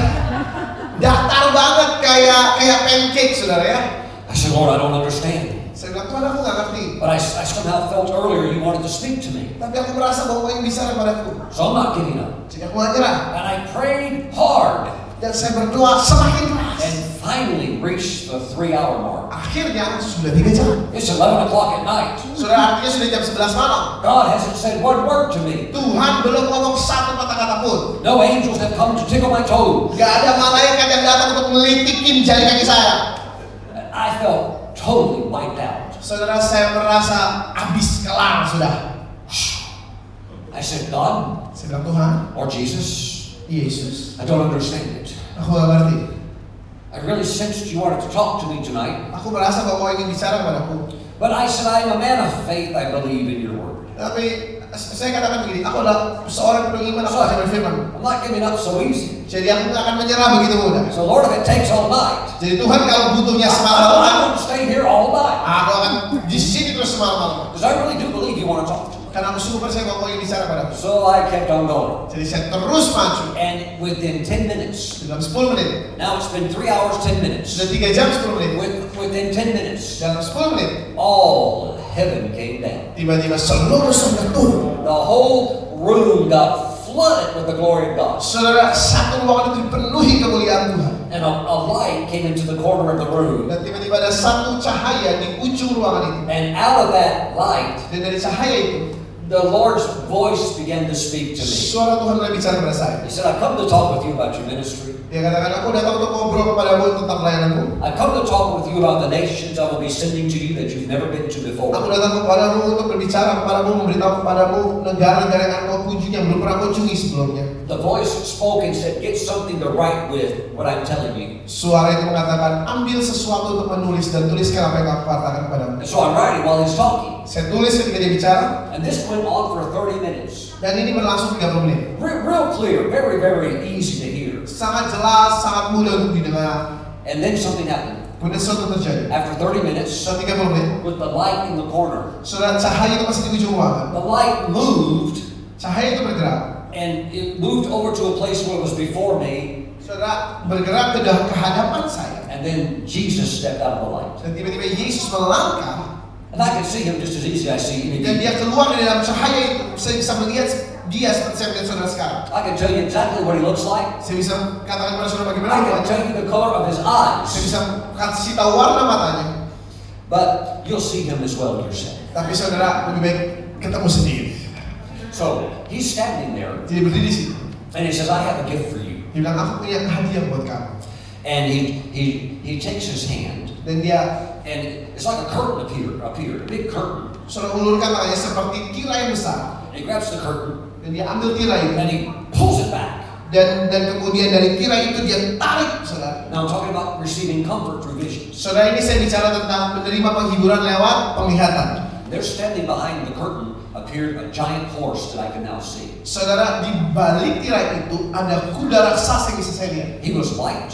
datar banget kayak kayak pancake, saudara ya. I said, Lord, I don't understand. Saya bilang Tuhan aku nggak ngerti. But I, I somehow felt earlier you wanted to speak to me. Tapi aku merasa bahwa kau yang bicara padaku. So I'm not giving up. Jadi aku nggak nyerah. And I prayed hard Dan saya berdoa semakin keras. and finally reached the three hour mark. Akhirnya sudah tiga jam. It's 11 o'clock at night. Saudara artinya sudah jam 11 malam. God hasn't said one word to me. Tuhan belum ngomong satu kata-kata pun. No angels have come to tickle my toes. Gak ada malaikat yang datang untuk melitikin jari kaki saya. And I felt totally wiped out. Saudara saya merasa habis kelar sudah. I said, God Saya bilang Tuhan, or Jesus, Yesus, I don't understand it. aku gak ngerti. I really sensed you wanted to talk to me tonight. Aku merasa bahwa kau ingin bicara padaku. But I said, I am a man of faith. I believe in your word. Tapi saya katakan begini, aku adalah seorang pengiman, aku akan berfirman. I'm not giving up so easy. Jadi aku gak akan menyerah begitu mudah. So, Lord, if it takes all night, Jadi Tuhan kalau butuhnya I semalam, wouldn't stay here all night. aku akan di sini terus semalam. Because I really do believe you want to talk to me. Karena aku sungguh percaya bahwa kau ingin bicara padaku. So I kept on going. Jadi saya terus maju. And within 10 minutes, Dalam 10 menit, now it's been 3 hours, 10 sudah minutes. 3 jam 10 menit. With, within 10 minutes, Dalam 10 menit, all heaven came down. tiba-tiba seluruh surga turun. The whole room got flooded with the glory of God. Saudara, satu ruangan itu dipenuhi kemuliaan Tuhan. And a, a light came into the corner of the room. Dan tiba-tiba ada satu cahaya di ujung ruangan itu. And out of that light, Dan dari cahaya itu, the Lord's voice began to speak to me. Suara Tuhan mulai bicara pada saya. He said, I've come to talk with you about your ministry. Dia katakan, aku datang untuk ngobrol kepadamu tentang pelayananmu. I've come to talk with you about the nations I will be sending to you that you've never been to Aku before. datang kepadamu untuk berbicara kepadamu, memberitahu kepadamu negara-negara yang kau kunjungi yang belum pernah kau kunjungi sebelumnya. The voice spoke and said, Get something to write with what I'm telling you. Suara itu mengatakan, ambil sesuatu untuk menulis dan tuliskan apa yang aku katakan kepadamu. And so I'm writing while he's talking. Saya tulis ketika dia bicara, And this went on for 30 minutes. dan ini berlangsung 30 menit. Re- real clear, very, very easy to hear. Sangat jelas, sangat mudah untuk didengar. And then something happened. Kemudian sesuatu terjadi. After 30 minutes, Setelah 30 menit, with the light in the corner, saudara cahaya itu masih di ujung ruangan. the light moved Cahaya itu bergerak. and it moved over to a place where it was before me. Saudara bergerak ke, ke hadapan saya. And then Jesus stepped out of the light. Dan tiba-tiba Yesus melangkah And I could see him just as easy I see any of dan you. dia keluar dari dalam cahaya itu saya bisa melihat dia seperti saya melihat saudara sekarang I can tell you exactly what he looks like. saya bisa katakan kepada saudara bagaimana I can wajahnya tell you the color of his saya eyes. bisa kasih tahu warna matanya But you'll see him as well yourself. tapi saudara lebih baik ketemu sendiri So he's standing there jadi berdiri di sini and he says, I have a gift for you. dia bilang aku punya hadiah buat kamu And he he he takes his hand dan dia and it's like a curtain appeared up here, a big curtain. saudara ulurkan tangannya seperti tirai yang besar And he grabs the curtain dan dia ambil tirai itu and he pulls it back. dan dan kemudian dari tirai itu dia tarik saudara Now I'm talking about receiving comfort through visions. saudara ini saya bicara tentang menerima penghiburan lewat penglihatan There standing behind the curtain appeared a giant horse that I can now see. saudara di balik tirai itu ada kuda raksasa yang bisa saya lihat He was white.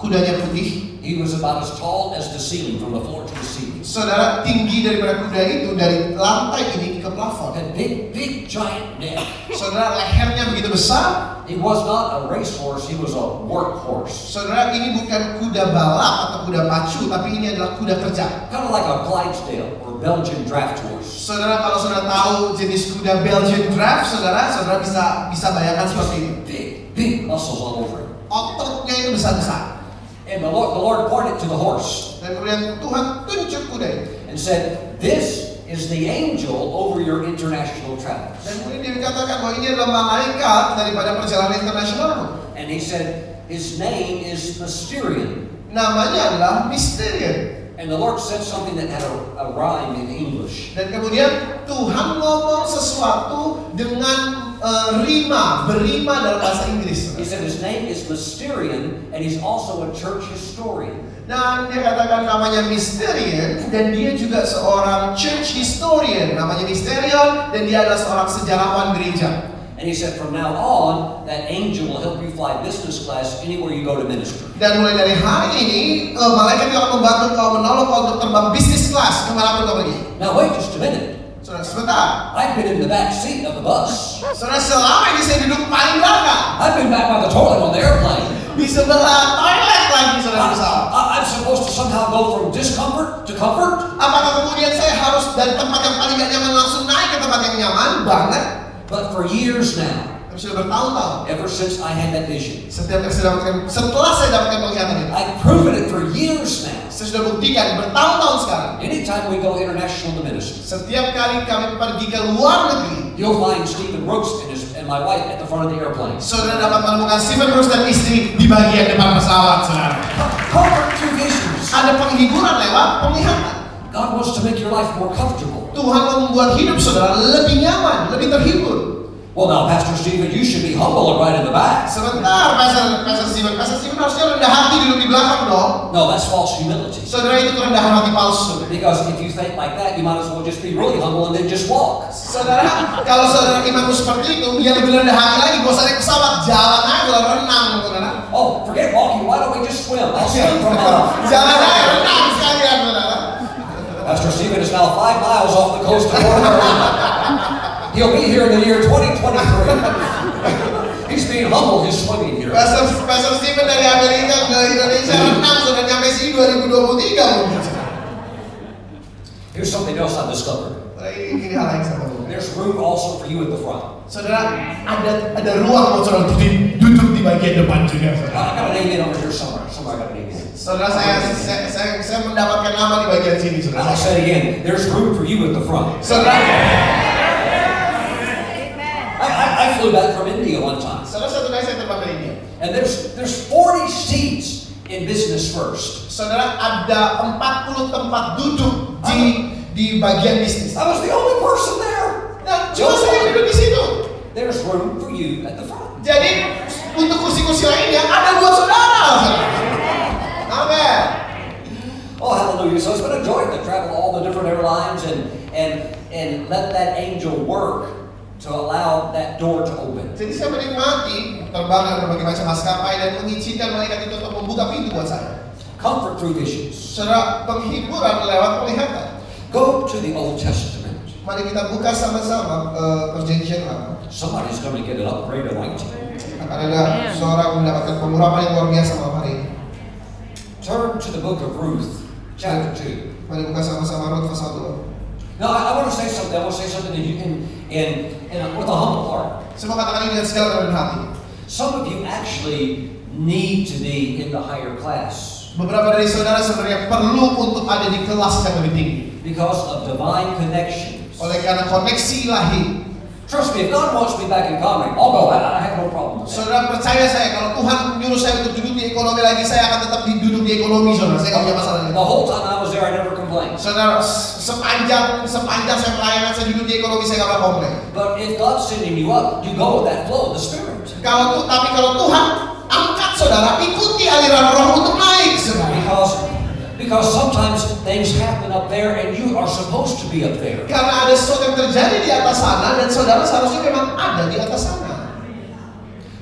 kudanya putih He was about as tall as the ceiling, from the floor to the ceiling. Saudara tinggi daripada kuda itu dari lantai ini ke plafon. That big, big, giant neck. Saudara lehernya begitu besar. He was not a racehorse, he was a workhorse. Saudara ini bukan kuda balap atau kuda pacu, tapi ini adalah kuda kerja. Kind of like a Clydesdale or Belgian draft horse. Saudara kalau saudara tahu jenis kuda Belgian Draft, saudara saudara bisa bisa bayangkan seperti ini. Big, big muscles all over him. Ototnya itu besar besar. And the Lord, the Lord pointed to the horse Dan kemudian Tuhan tunjuk kuda itu. and said, This is the angel over your international Dan travels. kemudian dia dikatakan bahwa ini adalah malaikat daripada perjalanan internasionalmu. And he said, His name is Mysterion. Namanya adalah Mysterion. And the Lord said something that had a, a rhyme in English. Dan kemudian Tuhan ngomong sesuatu dengan eh, rima, berima dalam bahasa Inggris. He said his name is Mysterion, and he's also a church historian. Dan dia katakan namanya Mysterion dan dia juga seorang church historian namanya Mysterion dan dia adalah seorang sejarawan gereja. And he said, from now on, that angel will help you fly business class anywhere you go to minister. Dan mulai dari hari ini eh, malaikat itu akan membantu kau menolong kau untuk terbang bisnis class kemanapun kau pergi. Now wait just a minute. Saudara sebentar. I've been in the back seat of the bus. Saudara selama ini saya duduk paling belakang I've been back by the toilet on the airplane. di sebelah toilet lagi I, saudara pesawat. am supposed to somehow go from discomfort to comfort, Apakah kemudian saya harus dari tempat yang paling gak nyaman langsung naik ke tempat yang nyaman banget? but for years now, Tapi sudah bertahun-tahun. ever since I had that vision, Setiap kali saya dapatkan, setelah saya dapatkan penglihatan itu, I've proven it for years now. saya sudah buktikan bertahun-tahun sekarang. Anytime we go international to minister, Setiap kali kami pergi ke luar negeri, you'll find Stephen Brooks and, his, and my wife at the front of the airplane. saudara dapat menemukan Stephen Bruce dan istri di bagian depan pesawat, saudara. Comfort through visions. Ada penghiburan lewat penglihatan. God wants to make your life more comfortable. Tuhan mau membuat hidup saudara lebih nyaman, lebih terhibur. Well, now, Pastor Stephen, you should be humble and right in the back. Sebentar, Pastor, Pastor Stephen. Pastor Stephen harusnya rendah hati duduk di belakang dong. No, that's false humility. Saudara itu kerendahan hati palsu. Because if you think like that, you might as well just be really humble and then just walk. Saudara, kalau saudara imanmu seperti itu, ya lebih rendah hati lagi, gak usah naik pesawat, jalan aja, renang, saudara. Oh, forget walking. Why don't we just swim? I'll swim from now. Jalan aja, renang sekalian, saudara. Pastor Stephen is now five miles off the coast of Florida. He'll be here in the year 2023. He's being humble. He's swimming here. Pastor, Pastor Stephen dari Amerika ke Indonesia renang, sudah nyampe sini 2023 mungkin. Here's something else I discovered. Saudara, ini, ini hal yang sama. There's room also for you at the front. Saudara, ada ada ruang buat saudara untuk di- duduk di bagian depan juga, I saudara. got an amen over here somewhere. Somewhere I got an amen. Saudara, saya, saya, saya, saya mendapatkan nama di bagian sini, And I'll saudara. say it again, there's room for you at the front. Saudara, flew back from India one time. Saudara satu kali saya terbang ke India. And there's there's 40 seats in business first. Saudara ada 40 tempat duduk di di bagian bisnis. I was the only person there. Dan cuma saya duduk di situ. There's room for you at the front. Jadi untuk kursi-kursi lainnya ada buat saudara. Amin. Oh hallelujah. So it's been a joy to travel all the different airlines and and and let that angel work to allow that door to open. Jadi saya menikmati terbang dengan berbagai macam maskapai dan mengizinkan malaikat itu untuk membuka pintu buat saya. Comfort through visions. Saudara penghiburan lewat penglihatan. Go to the Old Testament. Mari kita buka sama-sama eh, perjanjian lama. Somebody's going to get an upgrade of anointing. Akan ada seorang mendapatkan pengurapan yang luar biasa malam hari ini. Turn to the book of Ruth, chapter 2. Mari buka sama-sama Rut pasal Now, I, I want to say something. I want to say something that you can, in, in, with a humble heart. 2. Semua katakan ini dengan segala kerendahan hati. Some of you actually need to be in the higher class Beberapa dari saudara sebenarnya perlu untuk ada di kelas yang lebih tinggi. because of divine connections. Oleh karena koneksi ilahi. Trust me, if God wants me back in comedy, I'll go. I, I have no problem with that. Saudara percaya saya, kalau Tuhan menyuruh saya untuk duduk di ekonomi lagi, saya akan tetap di- duduk di ekonomi, saudara. Saya nggak punya masalah. The whole time I was there, I never complained. Saudara, se- sepanjang sepanjang saya pelayanan, saya duduk di ekonomi, saya nggak pernah komplain. But if God's sending you up, you go with that flow of the Spirit. Kalau tu, tapi kalau Tuhan angkat saudara, ikuti aliran roh untuk naik, saudara. Because, because sometimes things happen up there and you are supposed to be up there. Karena ada sesuatu yang terjadi di atas sana dan saudara seharusnya memang ada di atas sana.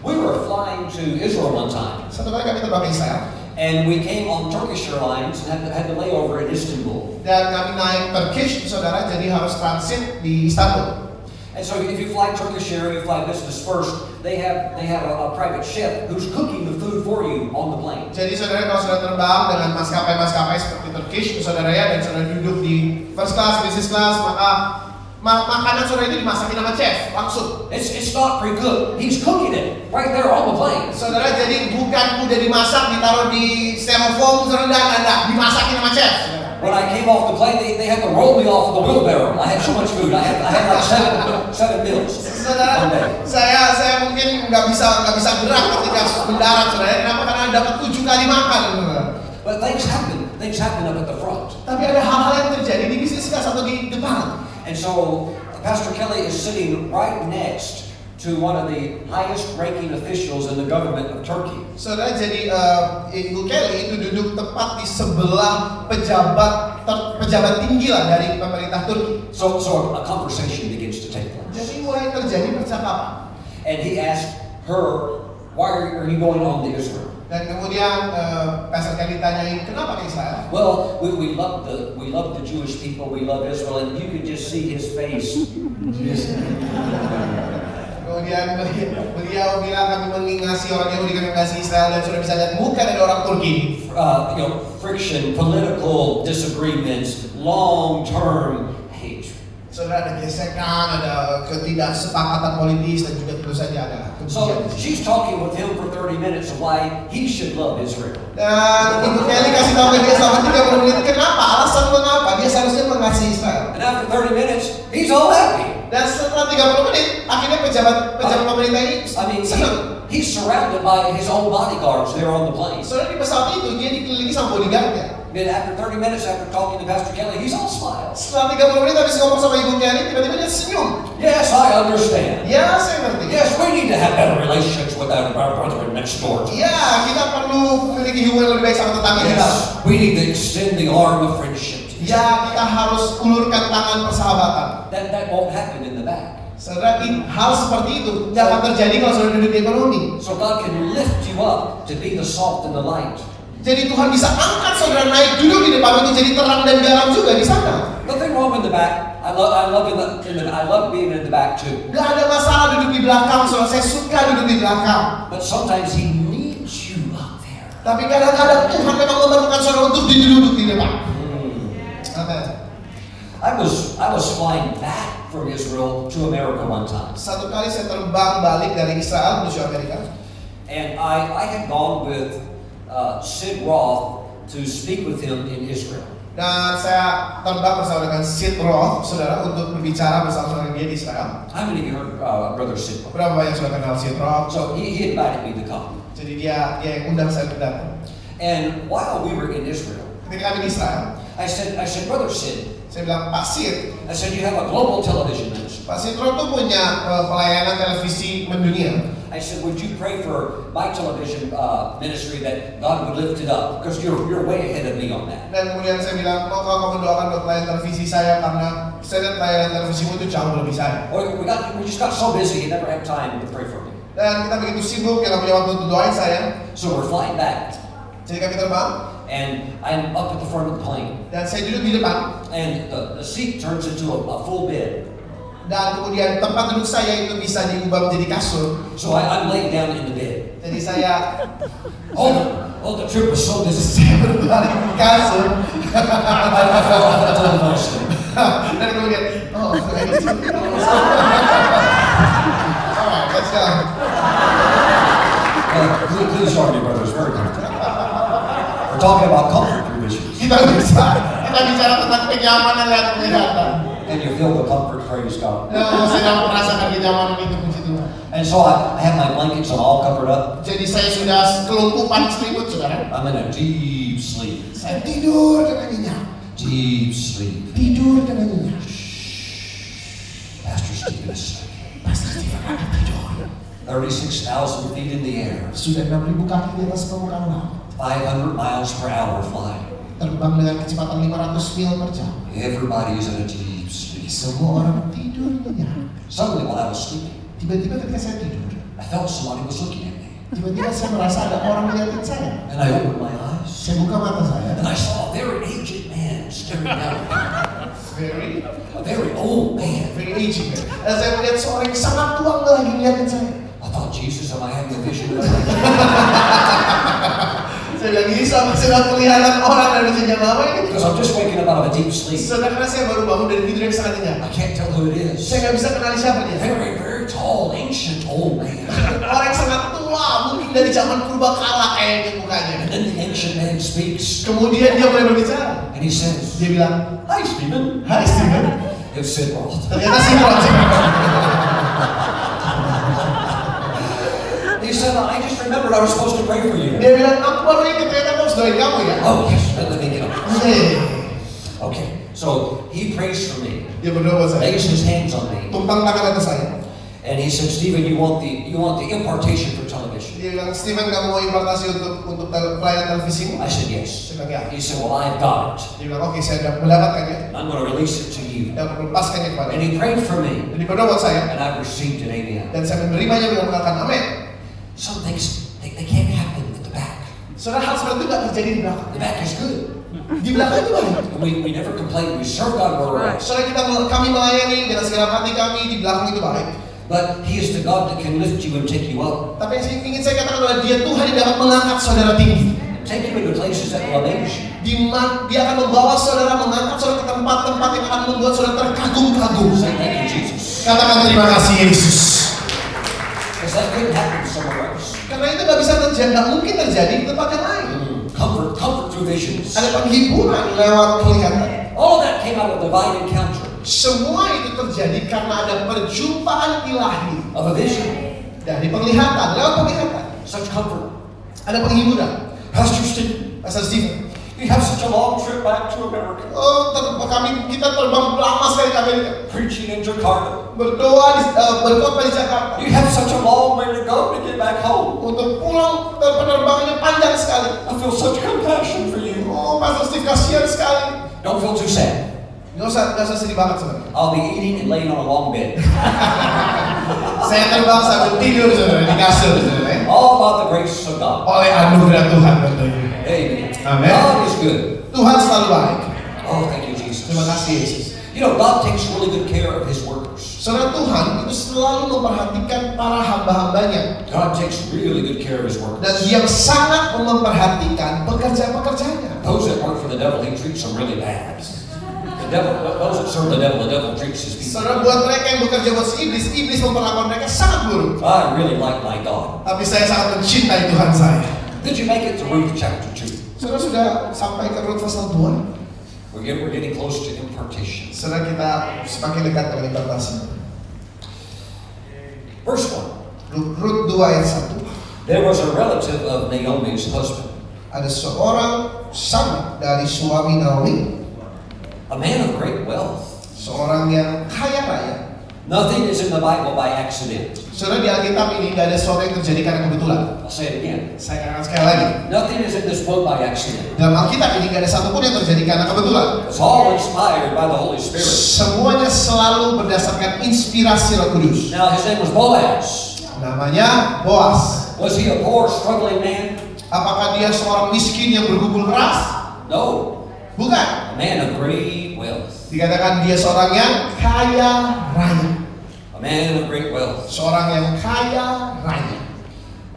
We were flying to Israel one time. Satu kali kami terbang ke Israel And we came on Turkish Airlines and had to, had to lay over in Istanbul. dan kami naik Turkish, saudara, jadi harus transit di Istanbul. And so if you fly Turkish Air, you fly business first, they have they have a, a private chef who's cooking the food for you on the plane. Jadi saudara kalau saudara terbang dengan maskapai-maskapai seperti Turkish, saudara ya, dan saudara duduk di first class, business class, maka ma- makanan saudara itu dimasakin sama chef langsung. It's, it's not pre-cooked. He's cooking it right there on the plane. Saudara jadi bukan udah dimasak ditaruh di styrofoam saudara enggak, enggak, enggak, dimasakin sama chef. saudara. When I came off the plane, they, they had to roll me off the wheelbarrow. I had so much food. I had, I had like seven, seven meals Saudara, one day. saya saya mungkin nggak bisa nggak bisa gerak ketika mendarat saudara. Kenapa? Karena dapat tujuh kali makan. saudara. But things happen. Things happen up at the front. Tapi ada hal-hal yang terjadi di bisnis kelas atau di depan. And so Pastor Kelly is sitting right next to one of the highest ranking officials in the government of Turkey. Saudara jadi eh, Ibu Kelly itu duduk tepat di sebelah pejabat ter- pejabat tinggi lah dari pemerintah Turki. So, so a conversation begins to take place. Jadi mulai terjadi percakapan And he asked her, Why are you going on to Israel? dan kemudian eh, Pastor Kelly tanyain kenapa ke Israel? Well, we, we love the we love the Jewish people, we love Israel, and you could just see his face. Kemudian beliau, beliau bilang kami mengingasi orang Yahudi kami mengasihi Israel dan sudah bisa lihat muka dari orang Turki. Uh, you know, friction, political disagreements, long-term hatred. Saudara ada gesekan, ada ketidaksepakatan politis dan juga tentu saja ada So kebencian. she's talking with him for 30 minutes of why he should love Israel. Dan Ibu Kelly kasih tahu ke dia selama 30 menit kenapa, alasan mengapa dia seharusnya mengasihi Israel. And after 30 minutes, he's all happy. Dan setelah 30 menit, akhirnya pejabat Ah. pejabat pemerintah ini I mean, senang. he, he's surrounded by his own bodyguards there on the plane. Saudara di pesawat itu dia dikelilingi sama bodyguardnya. Then after 30 minutes after talking to Pastor Kelly, he's all smiles. Setelah 30 menit habis ngomong sama Ibu Kelly, tiba-tiba dia senyum. Yes, I understand. Ya, saya ngerti. Yes, we need to have better relationships with our our brethren next door. Ya, kita perlu memiliki hubungan yang lebih baik sama tetangga kita. Yes, we need to extend the arm of friendship. to each Ya, kita harus ulurkan tangan persahabatan. other. That, that won't happen in the back. Saudara, i- hal seperti itu tidak akan terjadi kalau saudara duduk di ekonomi. So God can lift you up to be the salt and the light. Jadi Tuhan bisa angkat saudara naik duduk di depan itu jadi terang dan garam juga di sana. Nothing wrong in the back. I love, I love, in the, in the, I love being in the back too. Gak ada masalah duduk di belakang, saudara. Saya suka duduk di belakang. But sometimes He needs you up there. Tapi kadang-kadang Tuhan memang memerlukan saudara untuk duduk di depan. Amin. I was I was flying back from Israel to America one time, Satu kali saya terbang balik dari Israel menuju Amerika. and I, I had gone with uh, Sid Roth to speak with him in Israel. Dan saya terbang bersama dengan Sid Roth, saudara, untuk berbicara bersama saudara dia di Israel. How many of you heard uh, Brother Sidwell? Berapa banyak sudah kenal Sid Roth? So he, he invited me to come. Jadi dia dia yang undang saya untuk datang. And while we were in Israel, Ketika kami di Israel, I said, I said, Brother Sid, saya bilang Pak Sid, I said, you have a global television ministry. Pak Sid Roth tuh punya eh, pelayanan televisi mendunia. I said, would you pray for my television uh, ministry that God would lift it up? Because you're, you're way ahead of me on that. Dan kemudian saya bilang, mau kau kau mendoakan buat pelayanan televisi saya karena saya lihat pelayanan televisimu itu jauh lebih saya. Or we, got, we just got so busy, he never had time to pray for me. Dan kita begitu sibuk, kita punya waktu untuk doain saya. So we're flying back, Jadi kami terbang, and I'm up at the front of the plane, dan saya duduk di depan. and the, the seat turns into a, a full bed. Dan kemudian tempat duduk saya itu bisa diubah menjadi kasur. So I, I'm laying down in the bed. Jadi saya Oh, the, oh, the trip was so busy. saya berbalik di kasur I fell off the television. dan kemudian oh ini sih. Alright, let's go. Uh, please, please join me, brothers. Very comfortable. We're talking about comfort provisions. Kita bisa kita bicara tentang kenyamanan dan kelihatan. And you feel the comfort, praise God. Nah, sedang merasakan kenyamanan itu puji Tuhan. And so I, I have my blankets all covered up. Jadi saya sudah kelumpupan selimut saudara. I'm in a deep sleep. Saya tidur dengan nyenyak, Deep sleep. tidur dengan nyenyak. Pastor Stephen is sleeping. Pastor Stephen ada tidur. 36,000 feet in the air. Sudah 6.000 kaki di atas permukaan laut. 500 miles per hour flying. Terbang dengan kecepatan 500 mil per jam. Everybody's in a deep sleep. Semua orang tidur nyenyak. Suddenly while I was sleeping, Tiba-tiba ketika saya tidur, I felt somebody was looking at me. tiba-tiba saya merasa ada orang melihatin saya. And I opened my eyes. Saya buka mata saya. And I saw a very aged man staring down at Very, me. A very old man. very aging. man. Dan saya melihat seorang yang sangat tua nggak lagi ngeliatin saya. I thought, Jesus, am I having a vision? I Saya bilang ini sama sedang kelihatan orang dari sejak lama ini. Because I'm just waking up out of a deep sleep. Sedangkan saya baru bangun dari tidur yang sangat nyenyak. I can't tell who it is. Saya nggak bisa kenali siapa A dia. very, very tall, ancient old man. Orang yang sangat tua, mungkin dari zaman purba kala kayaknya mukanya. And then the ancient man speaks, Kemudian dia mulai berbicara. and he says, Dia bilang, Hi, Stephen. Hai Steven, It's Sid Roth. ternyata sih project. He said, I just remembered I was supposed to pray for you. Dia bilang, aku baru ingat ternyata aku harus doain kamu ya. Oh, yes, let me get up. Hei. Okay, so he prays for me, Dia berdoa buat saya. lays his hands on me, Tumpang tangan atas saya. and he said, Stephen, you want the, you want the impartation for television? Dia bilang, Steven kamu mau implantasi untuk untuk tel- pelayanan televisimu? I said, yes. Saya bilang, ya. He said, well, I've got it. Dia bilang, oke saya ya, sudah mendapatkannya and I'm going to release it to you. dan melepaskannya ya kepada And he prayed for me, Jadi berdoa buat saya and I received it, amen. dan saya menerimanya dengan mengatakan amin. Some things, they, they can't happen at the back. Saudara hal seperti itu nggak terjadi di belakang. The back is good. Di belakang itu baik. We, we never complain. We serve God where we're at. Saudara kita mel- kami melayani dengan segala hati kami di belakang itu baik. But He is the God that can lift you and take you up, Tapi yang saya ingin saya katakan adalah dia Tuhan yang dapat mengangkat saudara tinggi. and take you into places that will amaze you. Di ma- dia akan membawa saudara mengangkat saudara ke tempat-tempat yang akan membuat saudara terkagum-kagum. Say thank you, Jesus. Katakan terima kasih Yesus. Because that couldn't happen somewhere else. Karena itu nggak bisa terjadi, nggak mungkin terjadi di tempat yang lain. Comfort, comfort through visions. Ada penghiburan lewat penglihatan. All of that came out of a divine encounter Semua itu terjadi karena ada perjumpaan ilahi of a vision. dari penglihatan, lewat penglihatan. Such comfort. Ada penghiburan. Pastor Stephen, Pastor Stephen, you have such a long trip back to America, oh ter- kami kita terbang lama sekali ke Amerika. preaching in Jakarta. Berdoa di, eh, berkhotbah di Jakarta. You have such a long way to go to get back home. Untuk pulang ter- penerbangannya panjang sekali. I feel such compassion for you. Oh, Pastor Steve kasihan sekali. Don't feel too sad. Gak usah, gak usah sedih banget sebenarnya. I'll be eating and laying on a long bed. Saya terbang sambil tidur saudara di kasur saudara. ya. All by the grace of God. Oleh anugerah Tuhan tentunya. Amen. Amen. God is good. Tuhan selalu baik. Oh, thank you, Jesus. Terima kasih Yesus. You know, God takes really good care of His workers. Saudara Tuhan itu selalu memperhatikan para hamba-hambanya God takes really good care of His dan workers. dia sangat memperhatikan pekerja-pekerjanya. Those that work for the devil, He treats them really bad. The devil, those that serve the devil, the devil treats his people. Saudara buat mereka yang bekerja buat si iblis, iblis memperlakukan mereka sangat buruk. I really like my God. Tapi saya sangat mencintai Tuhan saya. Did you make it to Ruth chapter two? Saudara sudah sampai ke Rut pasal 2. We're getting, we're getting close to impartation. Sekarang kita semakin dekat dengan impartasi. Verse 1 Ru- Rut 2 ayat 1. There was a relative of Naomi's husband, Ada seorang sang dari suami Naomi, a man of great wealth. seorang yang kaya raya. Nothing is in the Bible by accident. Saudara di Alkitab ini gak ada sesuatu yang terjadi karena kebetulan. I'll say it again. Saya akan sekali lagi. Nothing is in this book by accident. Dalam Alkitab ini gak ada satupun yang terjadi karena kebetulan. It's all inspired by the Holy Spirit. Semuanya selalu berdasarkan inspirasi Roh Kudus. Now, his name was Boaz. Namanya Boas. Was he a poor, struggling man? Apakah dia seorang miskin yang bergumul keras? No. Bukan. A man of great wealth. Dikatakan dia seorang yang kaya raya. A man of great wealth. Seorang yang kaya raya.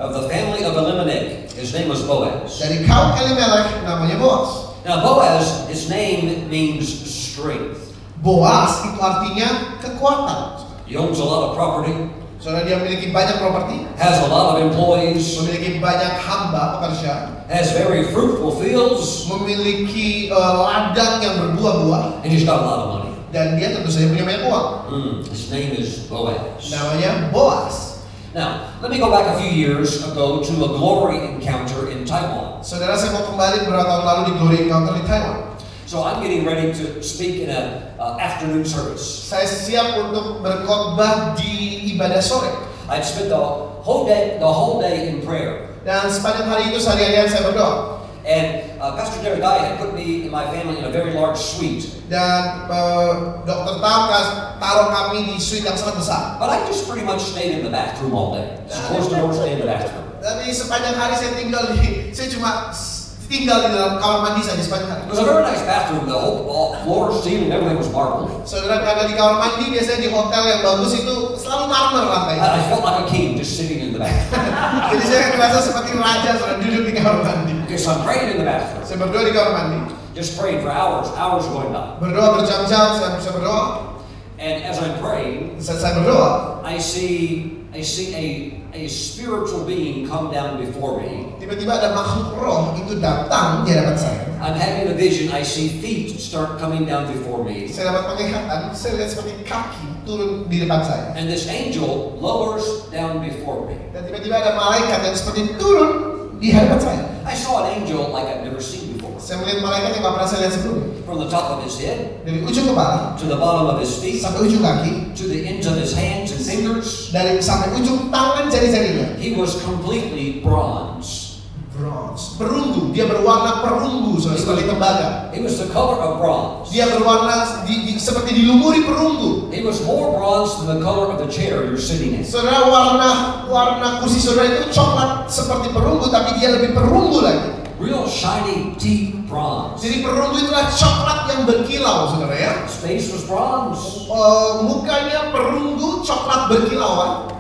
Of the family of Elimelech, his name was Boaz. Dari kaum Elimelech namanya Boas. Now, Boaz, his name means strength. Boas itu artinya kekuatan. He owns a lot of property, Saudara dia memiliki banyak properti, has a lot of employees, memiliki banyak hamba pekerja, has very fruitful fields, memiliki eh, ladang yang berbuah-buah and he's got a lot of money. dan dia tentu saja punya banyak uang. Mm, his name is Boaz. Namanya Boas. Now, let me go back a few years ago to a glory encounter in Taiwan. Saudara saya mau kembali beberapa tahun lalu di Glory Encounter di Taiwan. So I'm getting ready to speak in a uh, afternoon service. Saya siap untuk berkhotbah di ibadah sore. I'd spent the whole day the whole day in prayer, Dan sepanjang hari itu sehari-harian saya berdoa. and uh, Pastor Derek Dye had put me and my family in a very large suite. Dan eh, dokter Taukas taruh kami di suite yang sangat besar. But I just pretty much stayed in the bathroom all day. Just closed the door, stayed in the bathroom. Tapi sepanjang hari saya tinggal di, saya cuma s- tinggal di dalam kamar mandi saja sepanjang hari. It was a very nice bathroom. The whole all, floor, ceiling, everything was marble. Saudara karena di kamar mandi biasanya di hotel yang bagus itu selalu marmer I, lantai. I felt like a king just sitting in the bathroom. Jadi saya merasa seperti raja saudara duduk di kamar mandi. Okay, so I'm praying in the bathroom. Saya berdoa di kamar mandi. Just praying for hours, hours going by. Berdoa berjam-jam saya bisa berdoa. And as I'm praying, Saat saya berdoa, I see I see a a spiritual being come down before me. tiba-tiba ada makhluk roh itu datang di hadapan saya. I'm having a vision. I see feet start coming down before me. Saya dapat penglihatan, saya lihat seperti kaki turun di depan saya. And this angel lowers down before me. Dan tiba-tiba ada malaikat yang seperti turun di hadapan saya. I saw an angel like I've never seen before. Saya melihat malaikat yang gak pernah saya lihat sebelumnya. From the top of his head Dari ujung kepala to the bottom of his feet sampai ujung kaki, to the ends of his hands and fingers, dari sampai ujung tangan jari-jarinya. he was completely bronze. Bronze, perunggu. Dia berwarna perunggu, saudara, seperti tembaga. He was the color of bronze. Dia berwarna di- di- seperti dilumuri perunggu. He was more bronze than the color of the chair you're sitting in. Saudara warna warna kursi saudara itu coklat seperti perunggu, tapi dia lebih perunggu lagi. Real shiny, deep bronze. Jadi perunggu itulah coklat yang berkilau, saudara ya. His face was bronze. Eh, mukanya perunggu coklat berkilauan.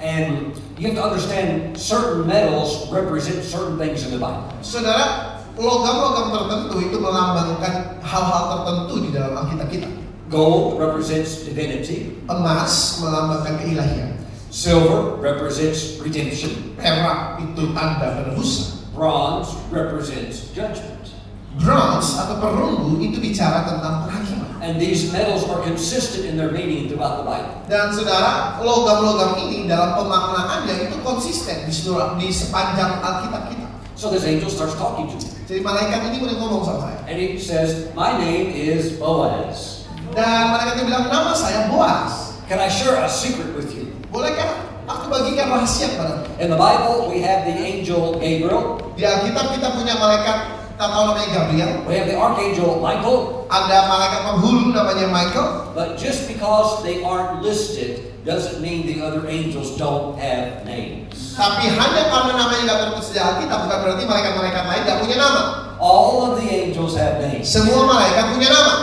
And you have to understand certain metals represent certain things in the Bible. Saudara, logam-logam tertentu itu melambangkan hal-hal tertentu di dalam Alkitab kita. Gold represents divinity. Emas melambangkan keilahian. Silver represents redemption. Perak itu tanda penebusan. Bronze represents judgment. Bronze atau perunggu itu bicara tentang penghakiman. And these metals are consistent in their meaning throughout the Bible. Dan saudara, logam-logam ini dalam pemaknaannya itu konsisten di seluruh di sepanjang Alkitab kita. So this angel starts talking to me. Jadi malaikat ini udah ngomong sama saya. And he says, My name is Boaz. Dan malaikat itu bilang nama saya Boas. Can I share a secret with you? Bolehkah aku bagikan rahasia padamu? In the Bible, we have the angel Gabriel, Di Alkitab kita punya malaikat kita tahu namanya Gabriel. we have the archangel Michael, Ada malaikat penghulu namanya Michael. but just because they aren't listed doesn't mean the other angels don't have names. Tapi hanya karena namanya nggak tertulis di Alkitab bukan berarti malaikat-malaikat lain nggak punya nama. All of the angels have names. Semua malaikat punya nama.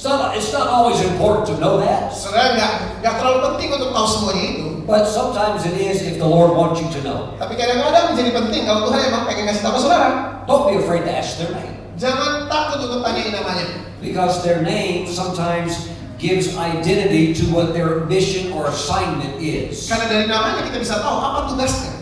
It's not, it's not always important to know that, Saudara nggak nggak terlalu penting untuk tahu semuanya itu. but sometimes it is if the Lord wants you to know. Tapi kadang-kadang menjadi penting kalau Tuhan emang pengen ngasih tahu saudara. Don't be afraid to ask their name, Jangan takut untuk tanyain namanya. because their name sometimes gives identity to what their mission or assignment is. Karena dari namanya kita bisa tahu apa tugasnya.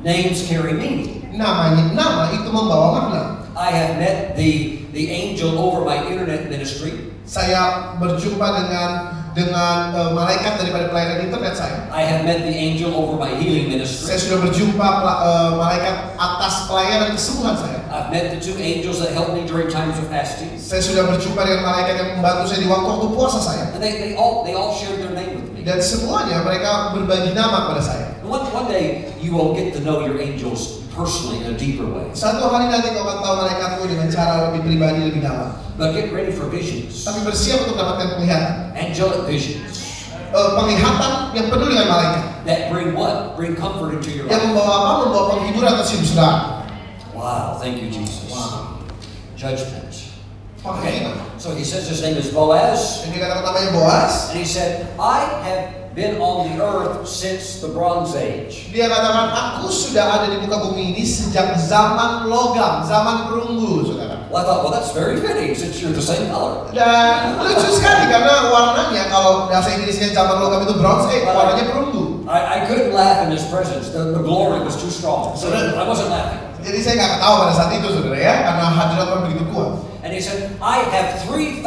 Names carry meaning. Namanya nama itu membawa makna. I have met the, the the angel over my internet ministry. Saya berjumpa dengan dengan eh, malaikat daripada pelayanan internet saya. I have met the angel over my healing Saya ministry. sudah berjumpa pela- eh, malaikat atas pelayanan kesembuhan saya. I've met the two angels that helped me during times of fasting. Saya sudah berjumpa dengan malaikat yang membantu saya di waktu-waktu puasa saya. And they, they all they all shared their name with me. Dan semuanya mereka berbagi nama kepada saya. One, one day you will get to know your angels personally in a deeper way. Satu hari nanti kau akan tahu malaikatmu dengan cara lebih pribadi lebih dalam. But get ready for visions. Tapi bersiap untuk mendapatkan penglihatan. Angelic visions. Eh, penglihatan yang penuh dengan malaikat. That bring what? Bring comfort into your Yang life. membawa apa? Membawa penghiburan atau hiburan. Wow, thank you, Jesus. Wow. Judgment. Penghiburan. Okay. So he says his name is Boaz. Ini kata namanya Boas. And he said, I have been on the earth since the Bronze Age. Dia katakan, aku sudah ada di muka bumi ini sejak zaman logam, zaman perunggu, saudara. Well, I thought, well, that's very fitting since you're the same color. Dan lucu sekali karena warnanya kalau bahasa Inggrisnya zaman logam itu bronze age, warnanya perunggu. I, I couldn't laugh in his presence. The, the glory was too strong. So I wasn't laughing. Jadi saya nggak ketawa pada saat itu, saudara ya, karena hadirat Tuhan begitu kuat. And he said, I have 3,000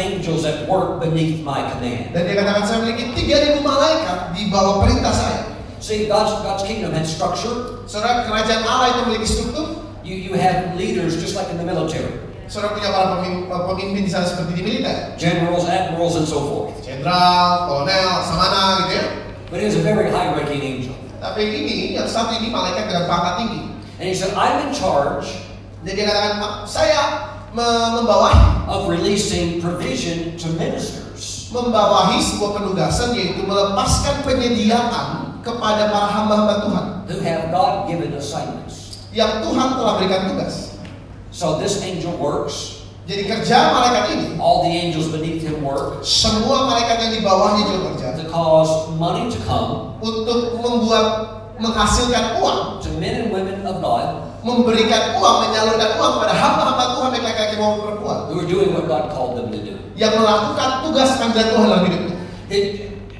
angels at work beneath my command. Dan dia katakan saya memiliki 3000 malaikat di bawah perintah saya. See, God's, God's kingdom had structure. Saudara, kerajaan Allah itu memiliki struktur. You, you have leaders just like in the military Saudara punya para pemimpin, pemimpin di sana seperti di militer, generals, admirals, and so forth. jenderal, kolonel, samana gitu ya. But he was a very high ranking angel. Tapi ini yang satu ini malaikat dengan pangkat tinggi. And he said, I'm in charge Jadi dia katakan, "Pak, saya me- membawahi, of releasing provision to ministers. membawahi sebuah penugasan yaitu melepaskan penyediaan kepada para hamba-hamba Tuhan who have God given assignments. yang Tuhan telah berikan tugas. So this angel works, Jadi kerja malaikat ini, all the angels beneath him work semua malaikat yang di bawahnya juga kerja to cause money to come untuk membuat menghasilkan uang, to men and women of God memberikan uang, menyalurkan uang pada hamba-hamba Tuhan yang laki-laki maupun perempuan who are doing what God called them to do. yang melakukan tugas tanda Tuhan dalam hidupnya. It-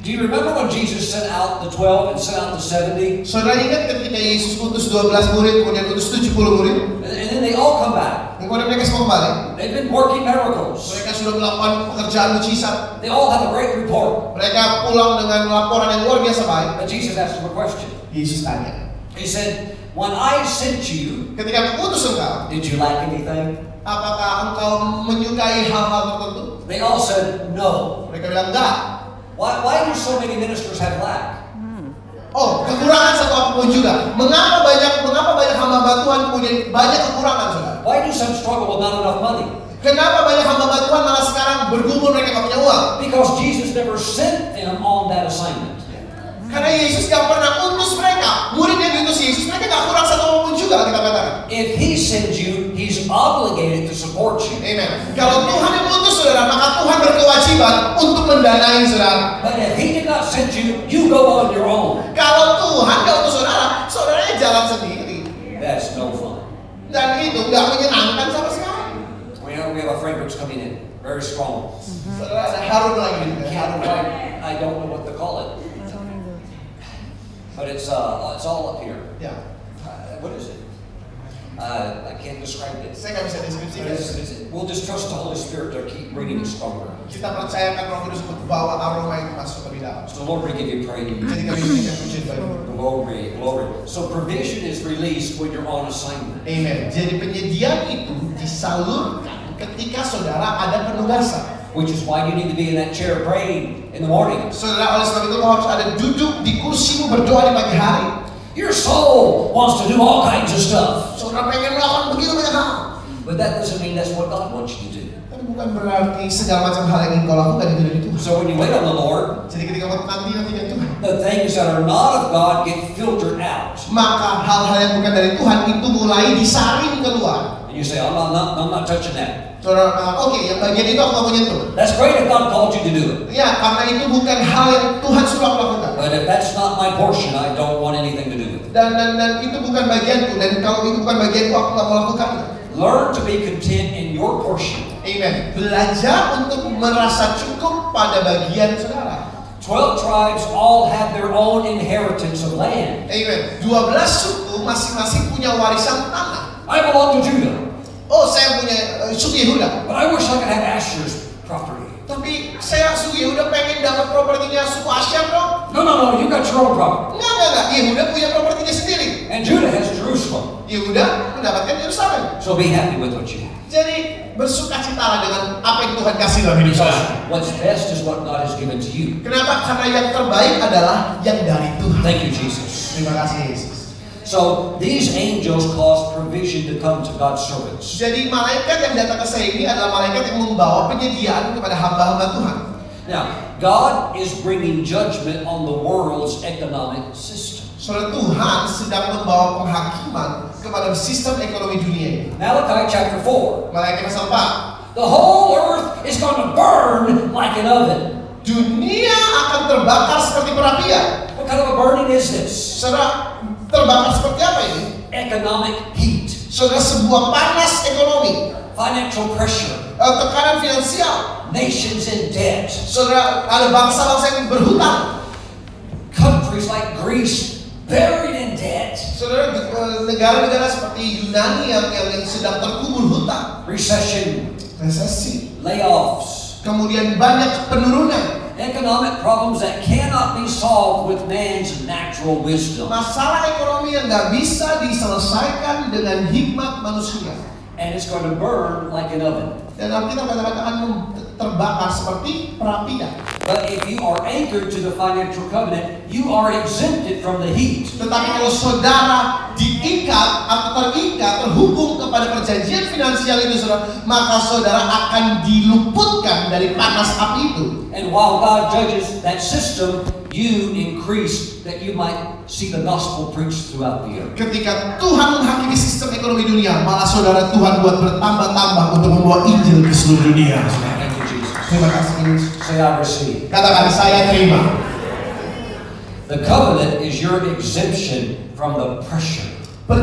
do you remember when Jesus sent out the 12 and sent out the 70? Saudara ingat ketika Yesus utus 12 murid, kemudian utus 70 murid, And and then they all come back. kemudian mereka semua balik. They've been working miracles. Mereka sudah melakukan pekerjaan mujizat. They all have a great report. Mereka pulang dengan laporan yang luar biasa baik. But Jesus asked them a question. Yesus tanya, He said, When I sent you, ketika aku utus engkau, did you lack anything? apakah engkau menyukai hal-hal tertentu? They all said, No. Mereka bilang enggak. Why, why do so many ministers have lack? Oh, kekurangan satu apapun juga. Mengapa banyak mengapa banyak hamba Tuhan punya banyak kekurangan, saudara? Why do some struggle with not enough money? Kenapa banyak hamba Tuhan malah sekarang bergumul mereka nggak punya uang? Because Jesus never sent them on that assignment. Karena Yesus gak pernah utus mereka. Murid yang diutus Yesus mereka gak kurang satu apapun juga kita katakan. If He sends you, He's obligated to support you. Amen. Kalau Tuhan yang mengutus saudara, maka Tuhan berkewajiban untuk mendanai saudara. But if He did not send you, you go on your own. Kalau Tuhan gak utus saudara, saudaranya jalan sendiri. That's no fun. Dan itu gak menyenangkan sama sekali. We have, we have a fragrance coming in, very strong. Saudara ada harum lagi di I dalam. don't, I, I don't know what to call it, but it's uh, it's all up here. Ya, Uh, what is it? Uh, I can't describe it. saya gak bisa But deskripsikan. it's- it's- We'll just trust the Holy Spirit to keep bringing it stronger. Kita percayakan Roh Kudus untuk bawa aroma itu masuk ke dalam. So Lord, we give you praise. Jadi kami berikan pujian bagi Tuhan. Glory, glory. So provision is released when you're on assignment. Amen. Jadi penyediaan itu disalurkan ketika saudara ada penugasan. Which is why you need to be in that chair praying in the morning. Saudara oleh sebab itu kau harus ada duduk di kursimu berdoa di pagi hari. Your soul wants to do all kinds of stuff. Saudara pengen melakukan begitu banyak hal. But that doesn't mean that's what God wants you to do. Tapi bukan berarti segala macam hal yang ingin kau lakukan itu dari Tuhan. So when you wait on the Lord, Jadi ketika kau nanti nanti dari Tuhan, the things that are not of God get filtered out. maka hal-hal yang bukan dari Tuhan itu mulai disaring keluar. And you say, I'm not, not- I'm not touching that. Saudara, ah, oke, yang bagian itu aku gak mau nyentuh. That's great if God called you to do it. Ya, karena itu bukan hal yang Tuhan suruh aku lakukan. But if that's not my portion, I don't want anything to do with it. Dan, dan, dan itu bukan bagianku. Dan kalau itu bukan bagianku, aku gak mau lakukannya. Learn to be content in your portion. Amen. Belajar untuk merasa cukup pada bagian saudara. Twelve tribes all have their own inheritance of land. Amen. 12 suku masing-masing punya warisan tanah. I belong to Judah. Oh, saya punya eh, Sugi Yehuda. But I wish I could have Asher's property. Tapi saya Sugi Yehuda pengen dapat propertinya suku Asyam dong. No, no, no, you got your own property. Enggak, enggak, enggak. Yehuda punya propertinya sendiri. And Judah has Jerusalem. Yehuda mendapatkan Yerusalem. So be happy with what you have. Jadi bersukacitalah dengan apa yang Tuhan kasih dalam hidup saudara. What's best is what God has given to you. Kenapa? Karena yang terbaik adalah yang dari Tuhan. Thank you, Jesus. Terima kasih Yesus. So these angels caused provision to come to God's servants. Jadi malaikat yang datang ke saya ini adalah malaikat yang membawa penyediaan kepada hamba-hamba Tuhan. Now, God is bringing judgment on the world's economic system. Saudara Tuhan sedang membawa penghakiman kepada sistem ekonomi dunia ini. Malachi chapter 4. Malaikat pasal 4. The whole earth is going to burn like an oven. Dunia akan terbakar seperti perapian. What kind of a burning is this? Saudara terbakar seperti apa ini? Economic heat, Saudara sebuah panas ekonomi, financial pressure, eh, tekanan finansial, nations in debt, Saudara, ada bangsa-bangsa yang berhutang. countries like Greece buried in debt, Saudara, eh, negara-negara seperti Yunani yang, yang, yang sedang terkubur hutang. recession, Resesi. layoffs, Kemudian banyak penurunan. economic problems that cannot be solved with man's natural wisdom. Masalah ekonomi yang nggak bisa diselesaikan dengan hikmat manusia. And it's going to burn like an oven. Dan Alkitab katakan mem- terbakar seperti perapian. But if you are anchored to the financial covenant, you are exempted from the heat. Tetapi kalau saudara diikat atau terikat, terhubung kepada perjanjian finansial itu, saudara, maka saudara akan diluputkan dari panas api itu. And while God judges that system, you increase that you might see the gospel preached throughout the earth. Ketika Tuhan menghakimi sistem ekonomi dunia, malah saudara Tuhan buat bertambah-tambah untuk membawa Injil ke seluruh dunia. Thank you, Jesus. Terima kasih. Yesus. Say, I receive. Katakan saya terima. The covenant is your exemption from the pressure.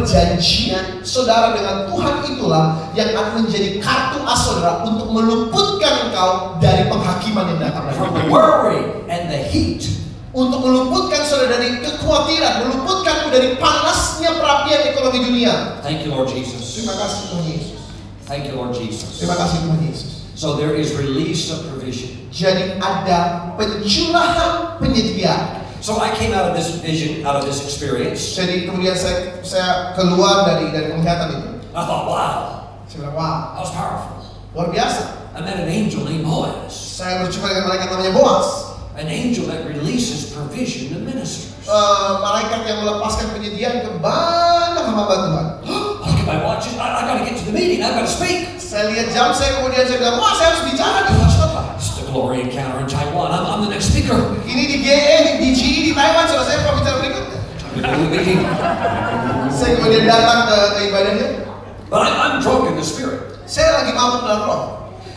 Perjanjian saudara dengan Tuhan itulah yang akan menjadi kartu as saudara untuk meluputkan engkau dari penghakiman yang datang dari From the dunia. worry and the heat. Untuk meluputkan saudara dari kekhawatiran, meluputkanmu dari panasnya perapian ekonomi dunia. Thank you, Lord Jesus. Terima kasih Tuhan Yesus. Thank you, Lord Jesus. Terima kasih Tuhan Yesus. So there is release of provision. Jadi ada pencurahan penyediaan. So I came out of this vision, out of this experience. Jadi kemudian saya saya keluar dari dari penglihatan itu. I thought, wow, Saya bilang wah that was powerful. luar biasa. I met an angel named Boaz, Saya berjumpa dengan malaikat namanya Boas, an angel that releases provision to ministers. Eh, malaikat yang melepaskan penyediaan ke banyak hamba Tuhan. I'll get my watch. I, I got to get to the meeting. I've got to speak. Saya lihat jam saya kemudian saya bilang wah saya harus bicara nih. It's the glory encounter in Taiwan. I'm, I'm the next speaker. Ini di GE, di DGI, di Taiwan, saudara saya pembicara berikutnya. We go to the meeting. Saya kemudian datang ke, ke ibadahnya. But I, I'm drunk in the spirit. Saya lagi mabuk dalam roh.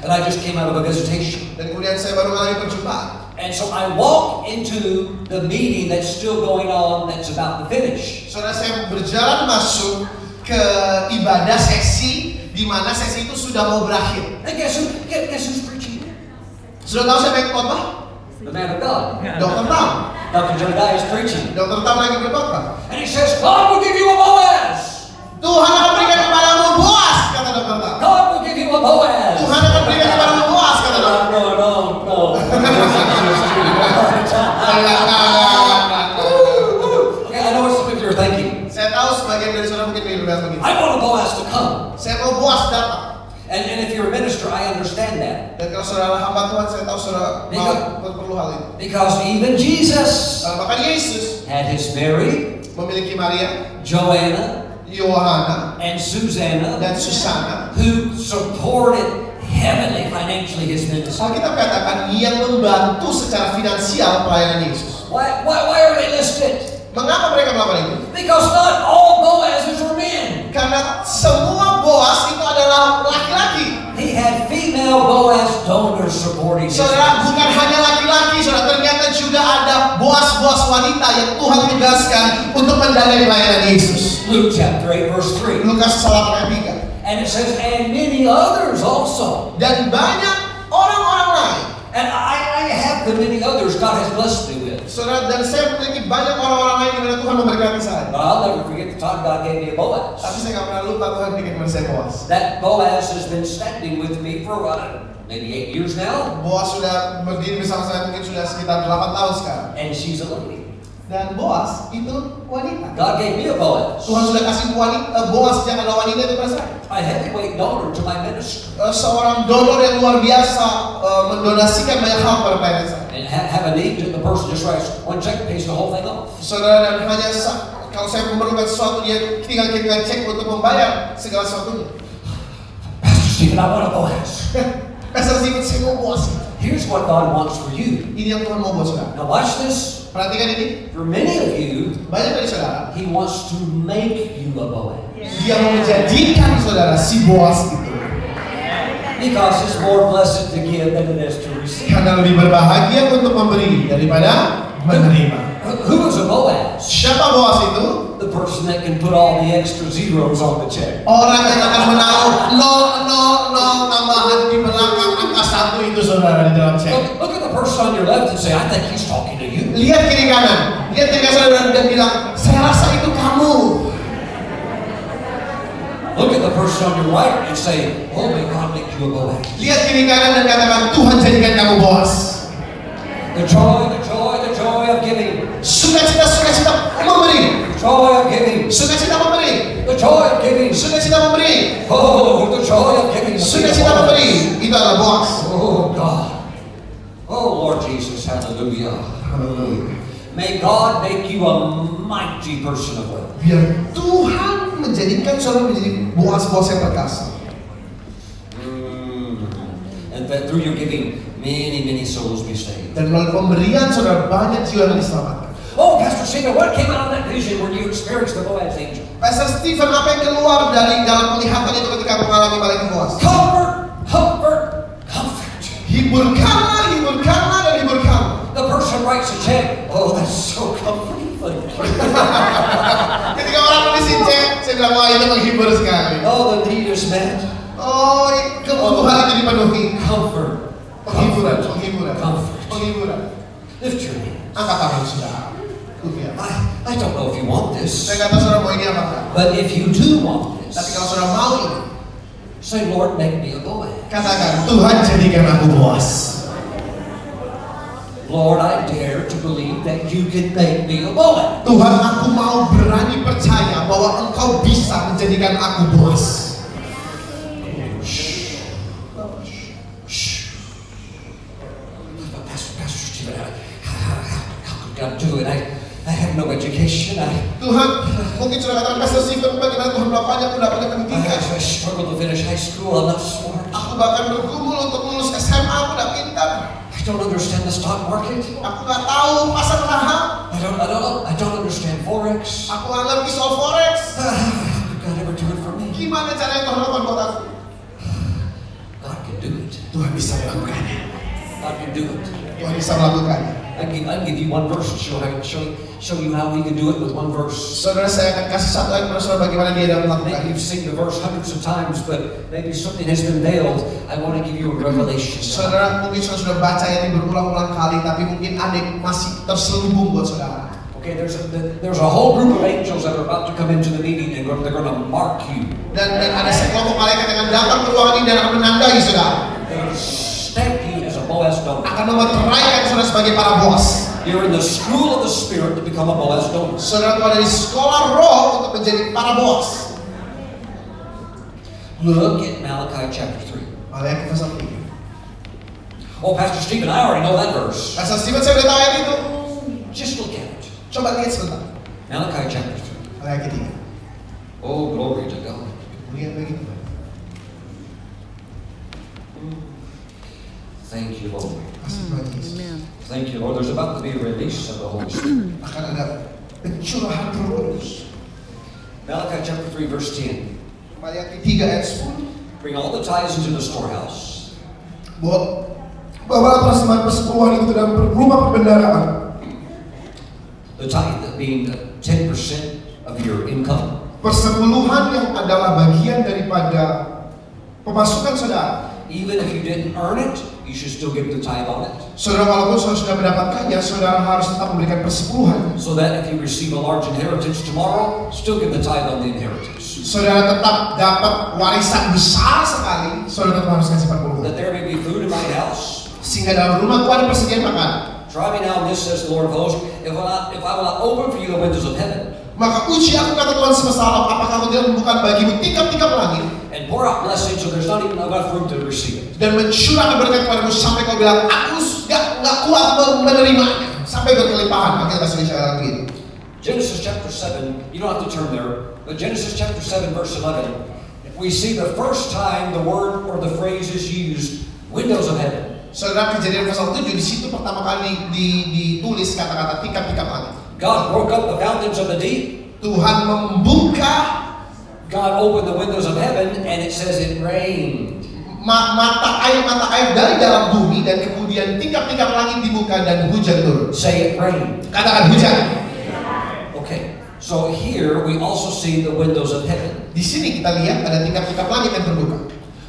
And I just came out of a visitation. Dan kemudian saya baru mengalami perjumpaan. And so I walk into the meeting that's still going on, that's about to finish. Saudara saya berjalan masuk ke ibadah seksi di mana seksi itu sudah mau berakhir. And guess who? Guess, guess who's preaching? Sudah tahu siapa yang khotbah? The man of God. Dokter Tam. Dr. Jedediah is preaching. Dokter Tam lagi berkhotbah. And he says, God will give you a Boaz. Tuhan akan berikan kepadamu Boas, kata Dokter Tam. God will give you a Tuhan Boaz. akan berikan kepadamu Boas, kata No, Dokter. no, no, no. Okay, I know what some of you are thinking. Saya tahu sebagian dari saudara mungkin bilang begini. I want a Boaz to come. Saya mau Boas datang. And, and if you're a minister, I understand that. Dan kalau saudara adalah hamba Tuhan, saya tahu saudara mau perlu hal ini. Because even Jesus Eh, Maka Yesus had his Mary, memiliki Maria, Joanna, Yohana, and Susanna, dan Susana who supported heavily financially his ministry. Alkitab katakan yang membantu secara finansial pelayanan Yesus. Why, why, why are they listed? Mengapa mereka melakukan itu? Because not all Boazes were men. Karena semua Boas itu adalah laki-laki. He had female Boaz donors supporting his Saudara bukan hanya laki-laki, saudara ternyata juga ada Boas-Boas wanita yang Tuhan tugaskan untuk mendanai pelayanan Yesus. Luke chapter 8, verse 3. Lukas pasal 3. And it says, and many others also. Dan banyak orang-orang lain. And I, I have like the many others God has blessed me with. Saudara, dan saya memiliki banyak orang-orang lain yang mana Tuhan memberkati saya. But I'll never forget the time God gave me a Tapi Boaz. saya nggak pernah lupa Tuhan bikin teman saya Boas. That Boaz has been standing with me for uh, maybe eight years now, Boas sudah berdiri bersama saya mungkin sudah sekitar 8 tahun sekarang. and she's a lady. Dan Boas itu wanita. God gave me a Tuhan Boaz, sudah kasih wanita, eh, Boas yang adalah wanita itu pada saya. a heavyweight donor to my ministry, Eh, seorang donor yang luar biasa eh, mendonasikan banyak hal kepada pelayanan saya. and ha- have a need to the person just writes one check, pays the whole thing off. Saudara dan hanya sa- kalau saya memerlukan sesuatu dia tinggal kirimkan cek untuk membayar segala sesuatunya. Pastor Stephen, I want a Boaz. Pastor Simon Eh, saya mau Boas. Here's what God wants for you. Ini yang Tuhan mau buat saudara. Now watch this. Perhatikan ini. For many of you, Banyak dari saudara He wants to make you a Boaz. dia mau menjadikan saudara si Boas itu Because it's more blessed to give than it is to receive. karena lebih berbahagia untuk memberi daripada menerima. Who who is a Boaz? Siapa Boas itu? The person that can put all the extra zeros on the check. Orang yang akan menaruh 000 tambahan di belakang angka satu itu saudara di dalam cek. Look, look at the person on your left and say, I think he's talking to you. Lihat kiri kanan, lihat kiri kanan saudara dan bilang, saya rasa itu kamu. Look at the person on your right and say, Oh, may God make you a Boaz. Lihat kiri kanan dan katakan Tuhan jadikan kamu Boas. The joy, the joy, the joy of giving. Sukacita, sukacita memberi, The joy of giving. sukacita memberi, The joy of giving. sukacita memberi, Oh, the joy of giving. sukacita memberi. Itu adalah Boas. Oh, God. Oh, Lord Jesus, hallelujah. May God make you a mighty person of wealth. Biar Tuhan menjadikan saudara menjadi boas-boas yang perkasa. Mm. And that through your giving, many, many souls be saved. Dan melalui pemberian saudara banyak jiwa yang diselamatkan. Oh, Pastor Sheila, what came out of that vision when you experienced the Boaz angel? Pastor Stephen, apa yang keluar dari dalam penglihatan itu ketika mengalami malaikat boas? Comfort, comfort, comfort. Hiburkanlah, hiburkanlah, dan hiburkanlah. The person writes a check. Oh, that's so comforting. Thank you. Ketika orang menulis cek, saya bilang, wah itu menghibur sekali. Oh, the need is met. Oh, kebutuhan itu dipenuhi. Comfort. Penghiburan, penghiburan, Comfort. penghiburan. Lift your hand. Angkat tangan saudara. Dunia. I, I don't know if you want Saya this, kata saudara mau ini apa enggak? but if you do want Tapi kalau this, saudara mau ini, say, Lord, make me a Boaz. katakan Tuhan jadikan aku boas. Lord, I dare to believe that you can make me a Boaz. Tuhan aku mau berani percaya bahwa engkau bisa menjadikan aku bos Shh. But Pastor, Pastor Stephen, I, how, how, how could God do it? I, I have no education. I, Tuhan mungkin sudah katakan Pastor Stephen bagaimana Tuhan melakukannya aku dapat I, pendidikan I struggle to finish high school. I'm not smart. aku bahkan bergumul untuk lulus SMA aku gak pintar I don't understand the stock market. aku gak tahu pasar saham I don't, I don't, I don't understand forex. aku gak ngerti soal forex Ah, could God ever do it for me? gimana caranya Tuhan lakukan buat aku God can do it. Tuhan bisa melakukannya God can do it. Tuhan bisa melakukannya I can, I can give you one verse and show, how- show, show you how we can do it with one verse. saudara saya akan kasih satu ayat kepada saudara bagaimana dia dapat Maybe melakukannya you've seen the verse hundreds of times, but maybe something has been veiled. I want to give you a revelation. Saudara mungkin saudara sudah baca ini berulang-ulang kali, tapi mungkin ada yang masih terselubung buat saudara. Okay, there's a, there's a whole group of angels that are about to come into the meeting and they're going to mark you. Dan, dan ada sekelompok malaikat yang akan datang ke ruangan ini dan akan menandai saudara. They're going to stamp you as a Boaz donor. Akan memeteraikan saudara sebagai para bos. You're in the school of the Spirit to become a Boaz donor. Saudara keluar dari sekolah roh untuk menjadi para bos. Look at Malachi chapter 3. Malaikat pasal tiga. Oh, Pastor Stephen, I already know that verse. Pasal Stephen saya udah tahu ayat itu. Just look at it. Coba lihat sebentar. Malachi chapter 3. Malaikat tiga. Oh, glory to God. Lihat begitu. Thank you, Lord. Kasih Tuhan Yesus. Thank you, Lord. There's about to be a release of the Holy Spirit. Akan ada pencurahan roh kudus. Malachi chapter 3, verse 10. Malaikat tiga ayat sepuluh. Bring all the tithes into the storehouse. Bahwa bahwa persembahan persepuluhan itu dalam rumah perbendaraan The tithe being ten percent of your income. persepuluhan yang adalah bagian daripada pemasukan saudara even if you didn't earn it, you should still give the tithe on it. Saudara, walaupun saudara sudah mendapatkannya, saudara harus tetap memberikan persepuluhan. So that if you receive a large inheritance tomorrow, still give the tithe on the inheritance. Saudara tetap dapat warisan besar sekali, saudara tetap harus kasih That 40. there may be food in my house. Sehingga dalam rumahku ada persediaan makan. Try me now in this, says the Lord of hosts, if I, not, if I will not open for you the windows of heaven Maka uji aku kata Tuhan semesta alam, apakah aku tidak membuka bagimu tingkap-tingkap langit and pour out blessings so there's not even enough room to receive it. dan mencurahkan berkat kepadamu sampai kau bilang aku gak, gak kuat men- menerimanya sampai berkelimpahan pakai bahasa Indonesia lagi itu. Genesis chapter 7, you don't have to turn there, but Genesis chapter 7, verse 11, we see the first time the word or the phrase is used, windows of heaven. Saudara kejadian pasal 7 di situ pertama kali di- ditulis kata-kata tingkap-tingkap langit. God broke up the fountains of the deep, Tuhan membuka God opened the windows of heaven, and it says it rained. Ma- mata air mata air dari dalam bumi dan kemudian tingkap-tingkap langit dibuka dan hujan turun. Say it rained. Katakan hujan. Okay, so here we also see the windows of heaven. Di sini kita lihat ada tingkap-tingkap langit yang terbuka.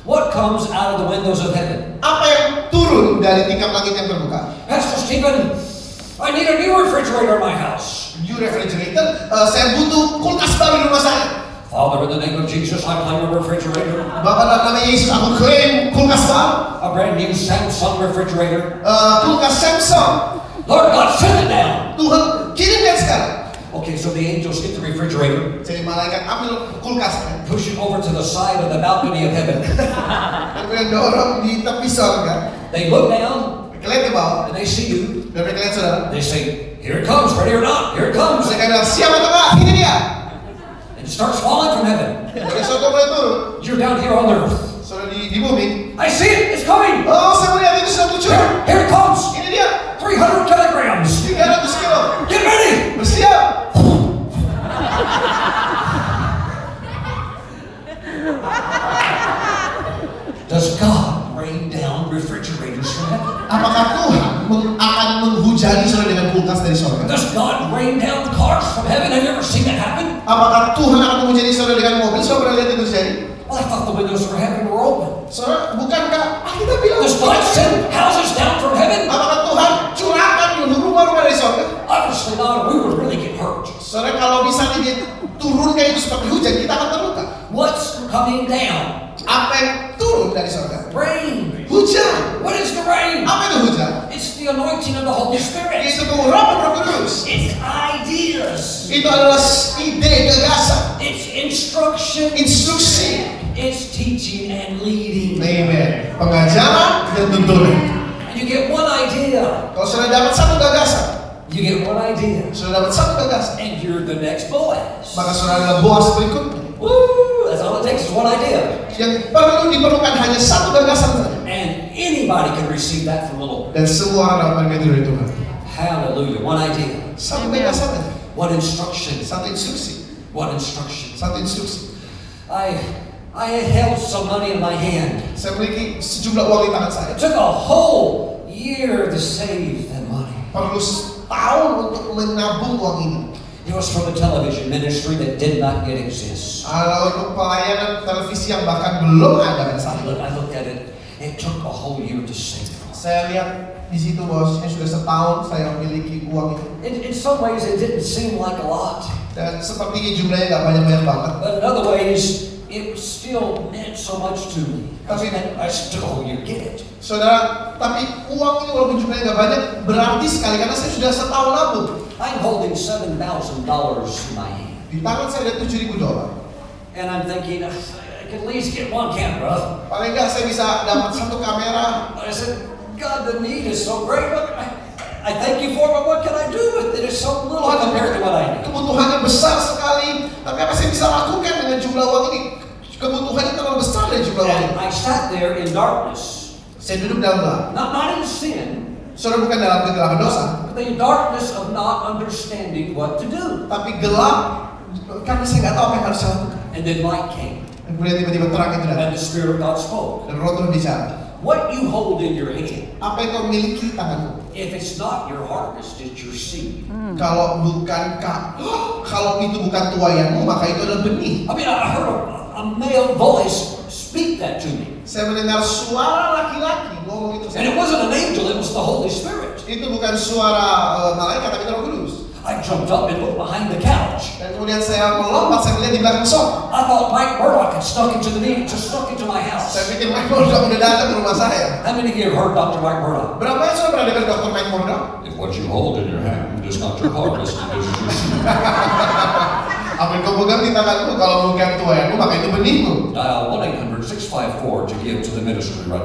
What comes out of the windows of heaven? Apa yang turun dari tingkap langit yang terbuka? Pastor Stephen, I need a new refrigerator in my house. New refrigerator, eh, saya butuh kulkas baru di rumah saya. Father, in the name of Jesus, I claim a refrigerator, Bapak dalam nama Yesus, aku klaim kulkas baru. a brand new Samsung refrigerator. Eh, kulkas Samsung. Lord God, send it down. Tuhan, kirimkan sekarang. Okay, so the angels get the refrigerator, Jadi malaikat ambil kulkas push it over to the side of the balcony of heaven. dan kemudian dorong di tepi sorga. They look down Mereka lihat ke bawah and they see you. dan mereka lihat saudara. They say, Here it comes, ready or not, here it comes. Mereka bilang siap atau enggak? Ini dia. And it starts falling from heaven. Dari sorga mulai turun. You're down here on earth. Saudara di, di bumi. I see it, it's coming. Oh, saya melihat itu sudah muncul. Here, here it comes. Ini dia, 300 kilograms. 300 kilo. Get ready. Bersiap. Does God rain down refrigerators from heaven? Apakah Tuhan meng- akan menghujani saudara dengan kulkas dari sorga? Does God rain down cars from heaven? Have you ever seen that happen? Apakah Tuhan akan menghujani saudara dengan mobil? Saudara pernah lihat itu terjadi? Well, I thought the windows from heaven were open. Saudara, bukankah ah, kita bilang Does God send houses down from heaven? Apakah Tuhan curahkan untuk rumah-rumah dari sorga? Obviously not, we would really get hurt. Saudara, kalau misalnya dia turunkan itu seperti hujan, kita akan terluka. What's coming down? Apa yang turun dari sorga? Rain. Hujan. What is the rain? Apa itu hujan? It's the anointing of the Holy Spirit. Itu pengurapan Roh Kudus. It's ideas. Itu adalah ide gagasan. It's instruction. instruksi. It's teaching and leading. Amen. Pengajaran dan tuntunan. And you get one idea. Kalau sudah dapat satu gagasan, You get one idea. sudah dapat satu gagasan, And you're the next Boaz. maka sudah adalah boas berikutnya. Woo! That's all it takes is one idea. Yang perlu diperlukan hanya satu gagasan saja. And anybody can receive that from the Lord. Dan semua orang dapat berkat dari Tuhan. Hallelujah. One idea. Satu gagasan saja. One instruction. Satu instruksi. One instruction. Satu instruksi. I I held some money in my hand. Saya memiliki sejumlah uang di tangan saya. It took a whole year to save that money. Perlu setahun untuk menabung uang ini. It was from a television ministry that did not yet exist. Kalau untuk pelayanan televisi yang bahkan belum ada pada saat I itu. look- I looked at it. It took a whole year to save it. Saya lihat di situ bahwasanya sudah setahun saya memiliki uang ini. In, in some ways, it didn't seem like a lot, Dan sepertinya jumlahnya nggak banyak-banyak banget. but in other ways, it still meant so much to me. I mean, I just took a whole year to get it. Saudara, tapi uang ini walaupun jumlahnya nggak banyak, berarti sekali karena saya sudah setahun nabung. I'm holding seven thousand dollars in my hand, Di tangan saya ada 7.000 dolar. and I'm thinking I I could at least get one camera. Paling nggak saya bisa dapat satu kamera. I said, God, the need is so great. What, I, I thank you for it, but what can I do with it? It's so little compared to what I need. Kebutuhannya besar sekali. Tapi apa saya bisa lakukan dengan jumlah uang ini? Kebutuhannya terlalu besar dari jumlah uang And ini. I sat there in darkness, Saya duduk dalam gelap. not, not in sin, Saudara bukan dalam kegelapan dosa, but the darkness of not understanding what to do. tapi gelap karena saya nggak tahu apa yang harus saya lakukan. And then light came, Dan kemudian tiba-tiba terang itu datang. and the Spirit of God spoke. Dan roh Tuhan bicara. What you hold in your hand, Apa yang kau miliki di tanganmu? if it's not your harvest, it's your seed. Kalau bukan ka- kalau itu bukan tuayanmu, maka itu adalah benih. I mean, I heard a, a male voice speak that to me. Saya mendengar suara laki-laki ngomong itu. And it wasn't an angel, it was the Holy Spirit. Itu bukan suara eh, malaikat tapi Roh Kudus. I jumped up and looked behind the couch. Dan kemudian saya melompat, saya melihat di belakang sofa. I thought Mike Murdoch had snuck into the meeting, just snuck into my Saya house. pikir Mike Murdoch udah datang ke rumah saya. How many of you have heard Dr. Mike Murdoch? Berapa yang sudah pernah dengar dokter Mike Murdoch? If what you hold in your hand is not your harvest, it is your seed. Apa yang kau pegang di tanganmu? Kalau bukan tuanmu, maka itu benihmu. Dial 1 800 654 to give to the ministry right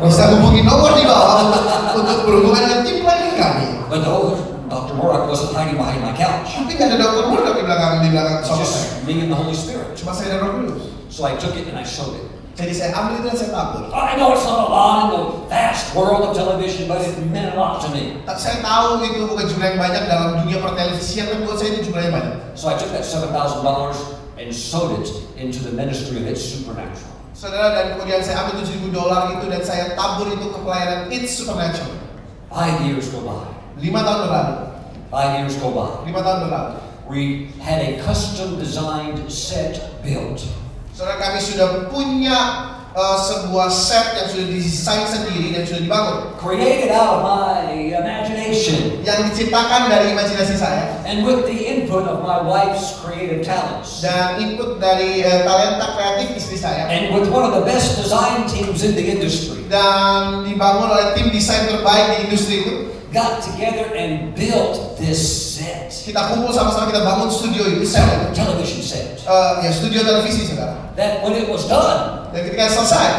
Bisa now. hubungi nomor di bawah untuk berhubungan dengan tim lain kami. But the whole, Dr. Murdoch wasn't hiding behind my couch. Tapi nggak ada dokter Murdoch di belakang di belakang It's sofa saya. just me and the Holy Spirit. Cuma saya dan Roh Kudus. So I took it and I showed it. Jadi saya ambil itu dan saya tabur. I know it's not a lot in the vast world of television, but it meant a lot to me. Tak- Saya tahu itu bukan jumlah yang banyak dalam dunia pertelevisian, tapi buat saya itu jumlah yang banyak. So I took that $7,000 and sowed it into the ministry of its supernatural. Saudara, dan kemudian saya ambil 7.000 dolar itu dan saya tabur itu ke pelayanan It's Supernatural. Five years go by. 5 tahun berlalu. Five years go by. 5 tahun berlalu. We had a custom designed set built. Saudara kami sudah punya uh, sebuah set yang sudah didesain sendiri dan sudah dibangun. created out of my imagination Yang diciptakan dari imajinasi saya and with the input of my wife's creative talents dan input dari uh, talenta kreatif istri saya and with one of the best design teams in the industry dan dibangun oleh tim desain terbaik di industri itu. got together and built this set Kita kumpul sama-sama kita bangun studio itu set Tele- itu. television set Uh, ya studio televisi saudara. that when it was done Dan ketika selesai,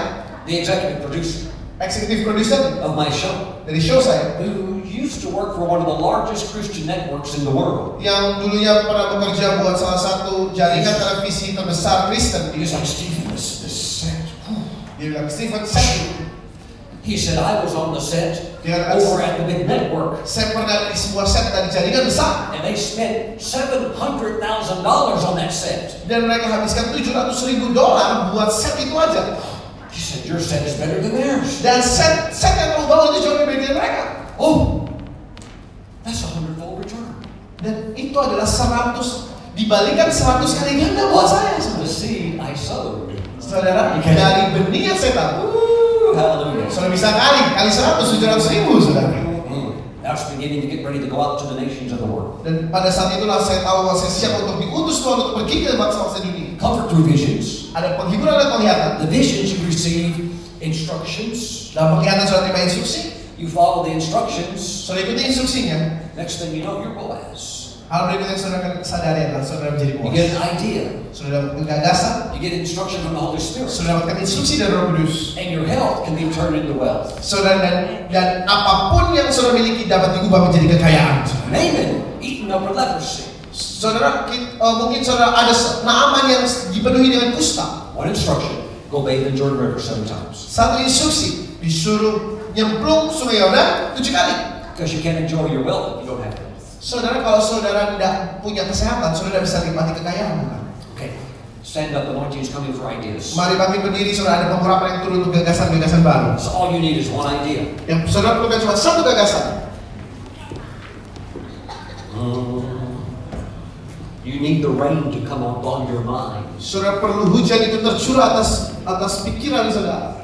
the executive producer eksekutif produser of my show dari show saya who used to work for one of the largest christian networks in the world yang dulunya pernah bekerja buat salah satu jaringan televisi terbesar Kristen, he was like stephen this, this set whew." dia bilang Stephen Sandler, he said i was on the set Yeah, that's- over at the big network Saya pernah di sebuah set dari jaringan besar And they spent seven hundred thousand dollars on that set. dan mereka habiskan 700 ribu dolar buat set itu aja. He said, "Your set is better than theirs." Dan set set yang kamu bawa itu jauh lebih baik dari mereka. Oh, that's a hundredfold return. Dan itu adalah 100 dibalikan 100 kali ganda buat saya. the seed I sowed. Saudara, Okay. dari benih yang saya tabur, Woo, hallelujah. saudara bisa kali kali 100 700 ribu saudara. Mm, That's beginning to get ready to go out to the nations of the world. Dan pada saat itulah saya tahu bahwa saya siap untuk diutus Tuhan untuk pergi ke bangsa-bangsa dunia. Comfort through visions. Ada penghiburan dan penglihatan. The visions you receive instructions. Dalam penglihatan saudara terima instruksi, You follow the instructions. saudara ikuti instruksinya. Next thing you know, you're Boaz. Hal berikutnya yang saudara akan sadari adalah saudara menjadi You bos. get an idea. Saudara dapat gagasan, You get instruction from the Holy Spirit. Saudara dapatkan instruksi dari Roh Kudus. And your health can be turned into wealth. Saudara dan, dan apapun yang saudara miliki dapat diubah menjadi kekayaan. Naaman, eaten up with leprosy. Saudara ki- eh, mungkin saudara ada se- Naaman yang dipenuhi dengan kusta. One instruction go bathe in Jordan River seven times. Satu instruksi disuruh nyemplung sungai Yordan tujuh kali. Because you can't enjoy your wealth if you don't have it. Saudara kalau saudara tidak punya kesehatan, saudara tidak bisa nikmati kekayaan. bukan? Okay, stand up, anointing is coming for ideas. Mari bangkit berdiri, saudara ada pengurapan yang turun untuk gagasan-gagasan baru. So all you need is one idea. Yang saudara perlukan cuma satu gagasan. Mm. You need the rain to come upon your mind. Saudara perlu hujan itu tercurah atas atas pikiran saudara.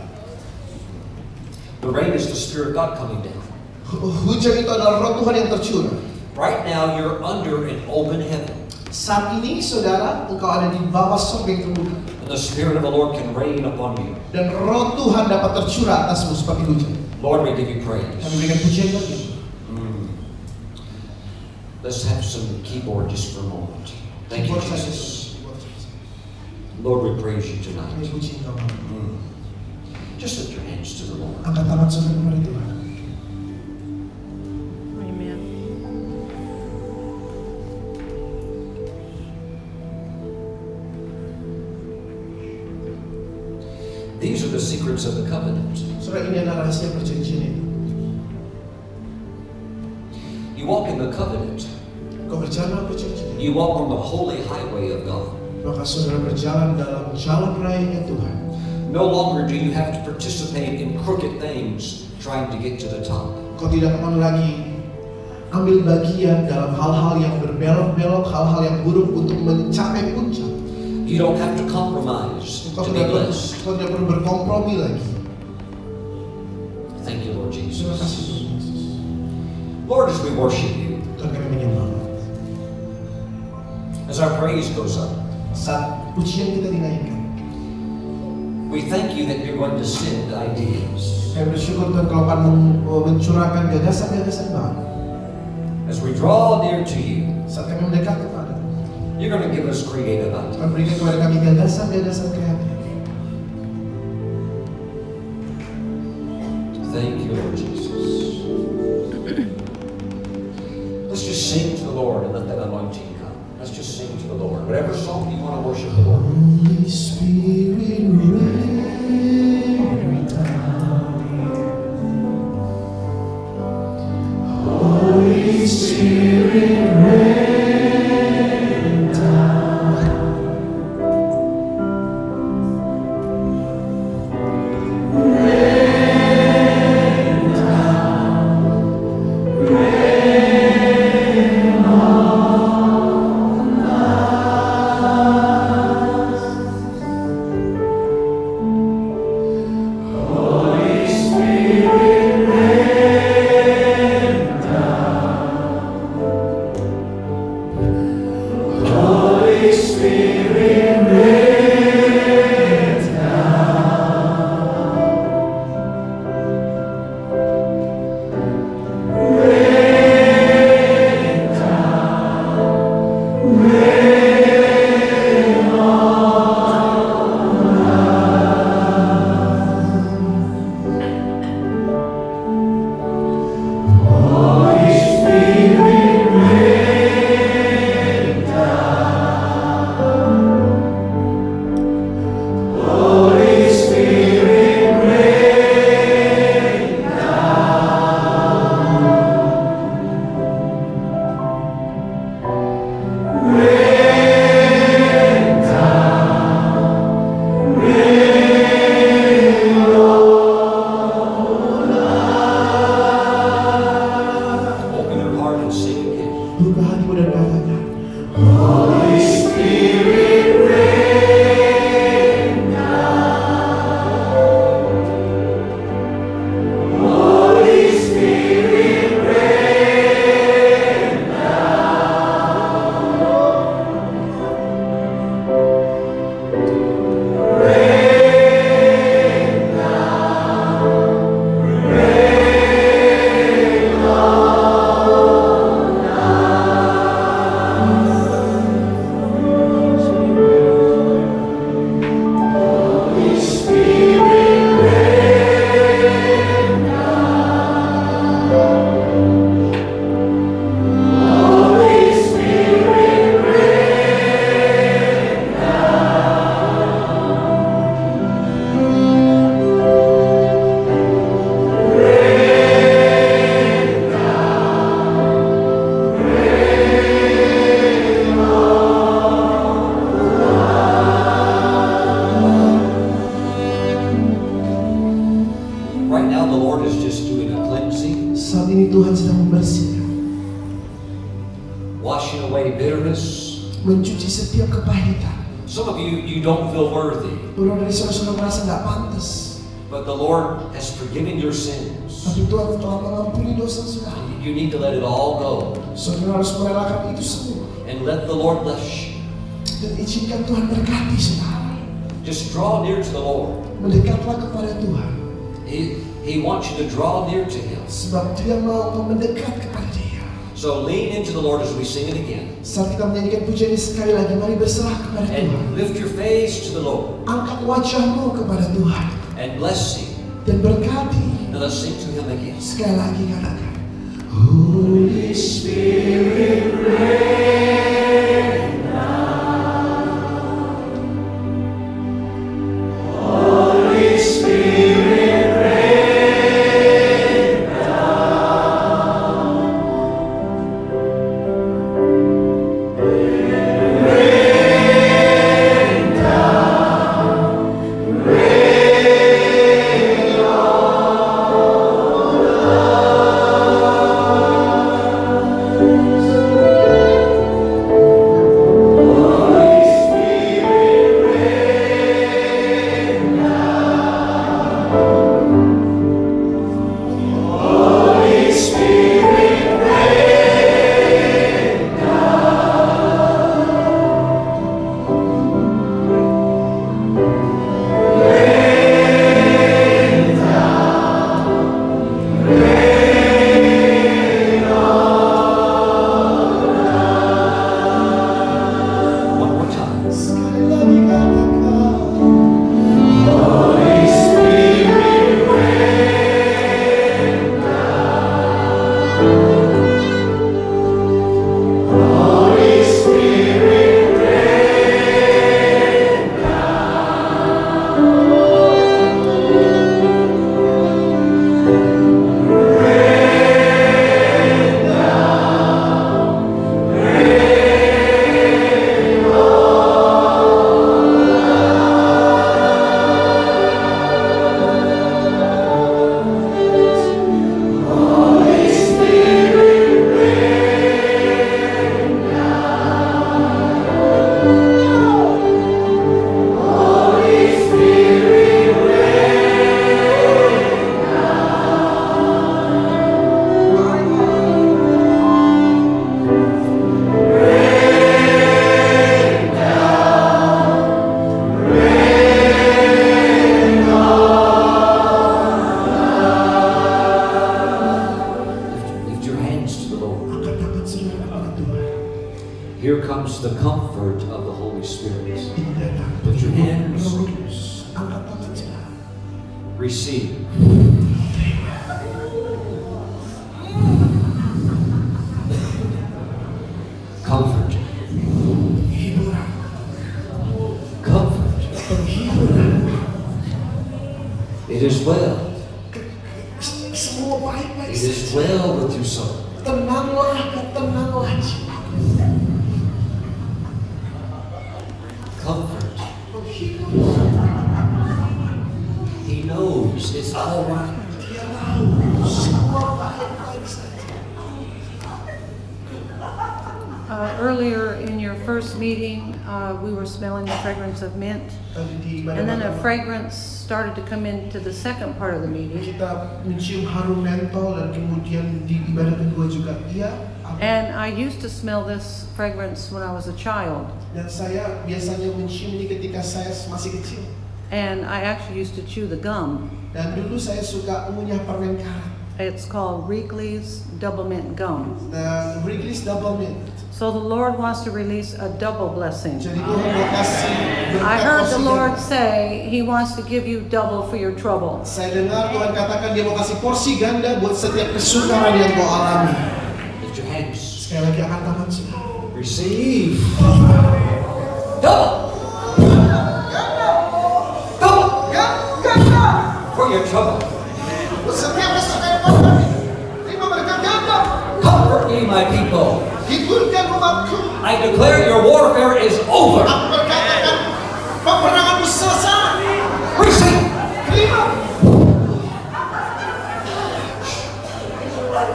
The rain is the Spirit of God coming down. Hu- Hujan itu adalah roh Tuhan yang tercurah. Right now, you're under an open heaven. Saat ini saudara, engkau ada di bawah surga yang terbuka. And the Spirit of the Lord can rain upon you. Dan roh Tuhan dapat tercurah atasmu seperti hujan. Lord, we give you Kami praise. Mm. berikan pujian bagi Let's have some keyboard just for a moment. Thank you, Jesus. Lord, we praise you Kami tonight. puji engkau. Hmm. Just lift your hands to the Lord. Angkat tangan saudara kepada Tuhan. Amen. These are the secrets of the covenant. Saudara ini adalah rahasia perjanjian itu. You walk in the covenant, Engkau berjalan dalam perjanjian. you walk on the holy highway of God. Maka saudara berjalan dalam jalan raya Tuhan. No longer do you have to participate in crooked things trying to get to the top. Kau tidak akan lagi ambil bagian dalam hal-hal yang berbelok-belok, hal-hal yang buruk untuk mencapai puncak. You don't have to compromise Engkau to be tidak perlu, blessed. engkau tidak perlu berkompromi lagi. Thank you, Lord Terima kasih Jesus. Tuhan Yesus. Lord, as we worship you, Tuhan kami menyembah. as our praise goes up, Saat pujian kita dinaikkan, we thank you that you're going to send ideas. kami bersyukur Tuhan kalau akan meng- mencurahkan gagasan-gagasan baru. As we draw near to you, Saat kami mendekat kepada Tuhan, you're going to give us creative ideas. Tuhan berikan kepada kami gagasan-gagasan kreatif. Thank you, Lord Jesus. Let's just sing to the Lord and let that anointing come. Let's just sing to the Lord. Whatever song you want to worship the Lord. Holy Spirit, rain down. Holy Spirit, rain down. Rain down. Rain on us. Holy Spirit, rain down. Holy Spirit, rain down. Rain down. Rain on Holy Spirit, rain down. Holy Spirit, rain down. Rain down. Rain Open your heart and sing again. Buka hatimu dan katakan Right now, the Lord is just doing a cleansing, Saat ini Tuhan sedang membersihkan washing away bitterness. Mencuci setiap kepahitan Some of you, you don't feel worthy, Beberapa dari saudara-saudara merasa nggak pantas but the Lord has forgiven your sins. Tapi Tuhan telah mengampuni dosa saudara. You need to let it all go Saudara harus merelakan itu semua and let the Lord bless you. dan izinkan Tuhan berkati saudara. Just draw near to the Lord. Mendekatlah kepada Tuhan, He, he wants you to draw near to Him. sebab Dia mau engkau mendekat kepada Dia. So lean into the Lord as we sing it again. Saat kita menyanyikan pujian ini sekali lagi, mari berserah kepada Tuhan. And lift your face to the Lord Angkat wajahmu kepada Tuhan and bless Him. dan berkati. And let's sing to Him again. Sekali lagi katakan, Holy Spirit, rain down. Holy Spirit, rain down. Rain down, rain receive it. Comfort. Comfort. It is well. Semua It baik-baik. is well with your soul. Tenanglah, tenanglah. Comfort. He knows it's all right. Dia tahu semua baik-baik saja. Uh, Earlier in your first meeting, uh, we were smelling the fragrance of mint, Tadi di and then a mana-mana fragrance started to come into the second part of the meeting. kita mencium harum mentol dan kemudian di ibadah kedua juga iya. amin. And I used to smell this fragrance when I was a child, Dan saya biasanya mencium ini ketika saya masih kecil. and I actually used to chew the gum. Dan dulu saya suka mengunyah permen karet It's called Wrigley's Double Mint Gum. dan Wrigley's Double Mint. So the Lord wants to release a double blessing. Jadi Tuhan mau kasih I berkat heard the porsi Lord ganda. say He wants to give you double for your trouble. Saya dengar Tuhan katakan dia mau kasih porsi ganda buat setiap kesukaran yang kau alami. Lift your hands. Sekali lagi angkat tangan sudah. Receive. Double. Double Ganda! for your trouble. Setiap kesukaran yang kau alami. Terima berkat ganda. Comfort ye, my people. Hiburkan umatku. I declare your warfare is over. Aku berkatakan peperanganmu selesai. Receive. Terima.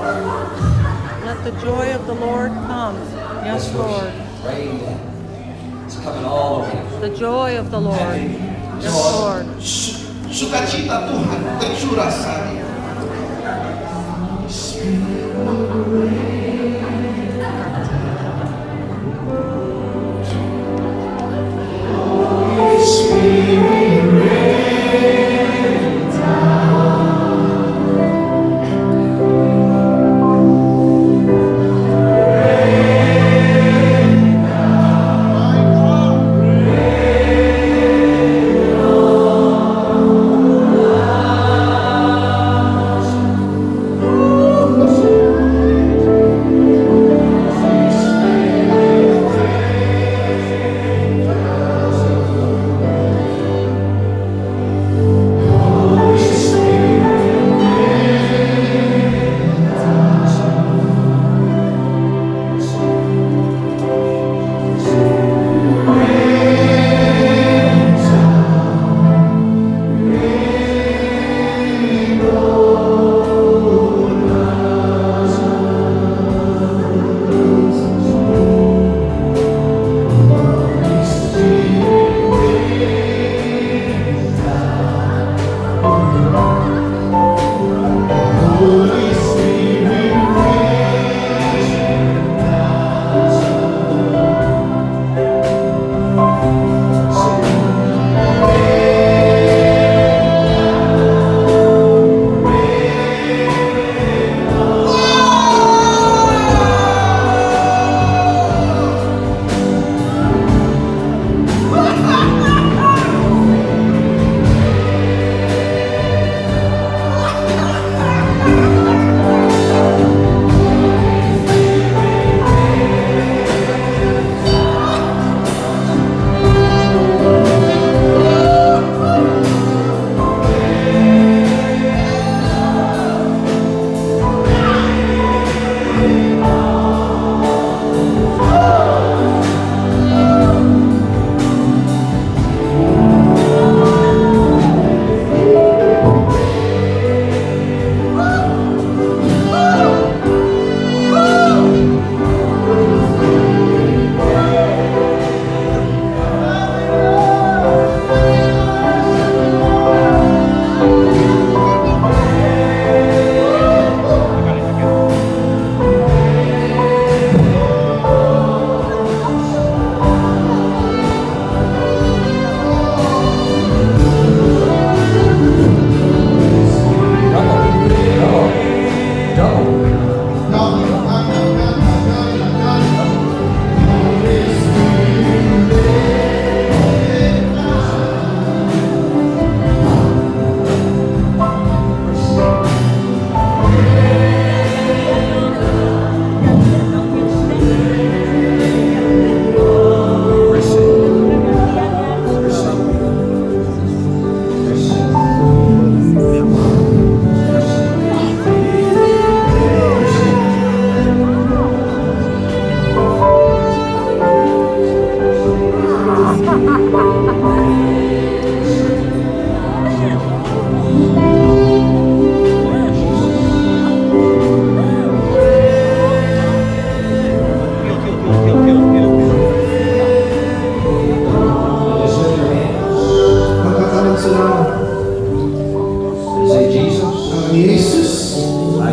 Let the joy of the Lord come. Yes, That's Lord. what Rain down. It's coming all over you. The joy of the Lord. Yes, Lord. Su- Sukacita Tuhan tercurah saat ini. Thank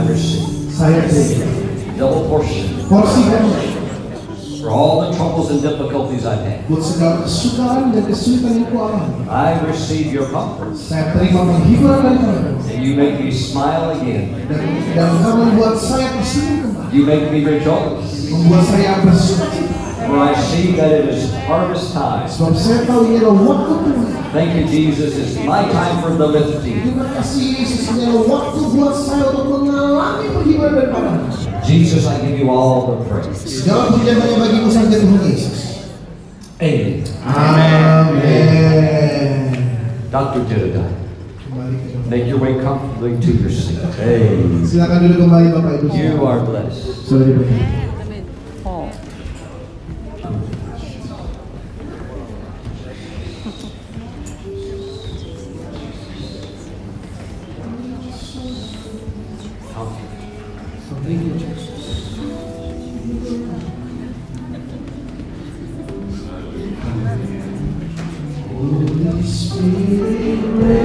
receive saya beri double portion porsi dan for all the troubles and difficulties I've had. buat segala kesukaran dan kesulitan yang kualami. I receive your comfort, Saya terima penghiburan dari Tuhan and you make me smile again. dan dan Engkau membuat saya tersenyum kembali, You make me rejoice, membuat saya bersuka cita. for I see that it is harvest time. Sebab saya tahu ini adalah waktu Tuhan. Thank you, Jesus. It's my time for the lifting. Terima kasih Yesus ini adalah waktu buat saya untuk mengalami penghiburan dan padamu. Jesus, I give you all the praise. Segala pujian hanya bagimu saja Tuhan Yesus. Amen. Amin. Dr. Jedediah, Kembali ke tempat. make your way comfortably to your seat. Hey. Silakan duduk kembali Bapak Ibu. You are blessed. Sudah diberkati. Paul. Holy Spirit,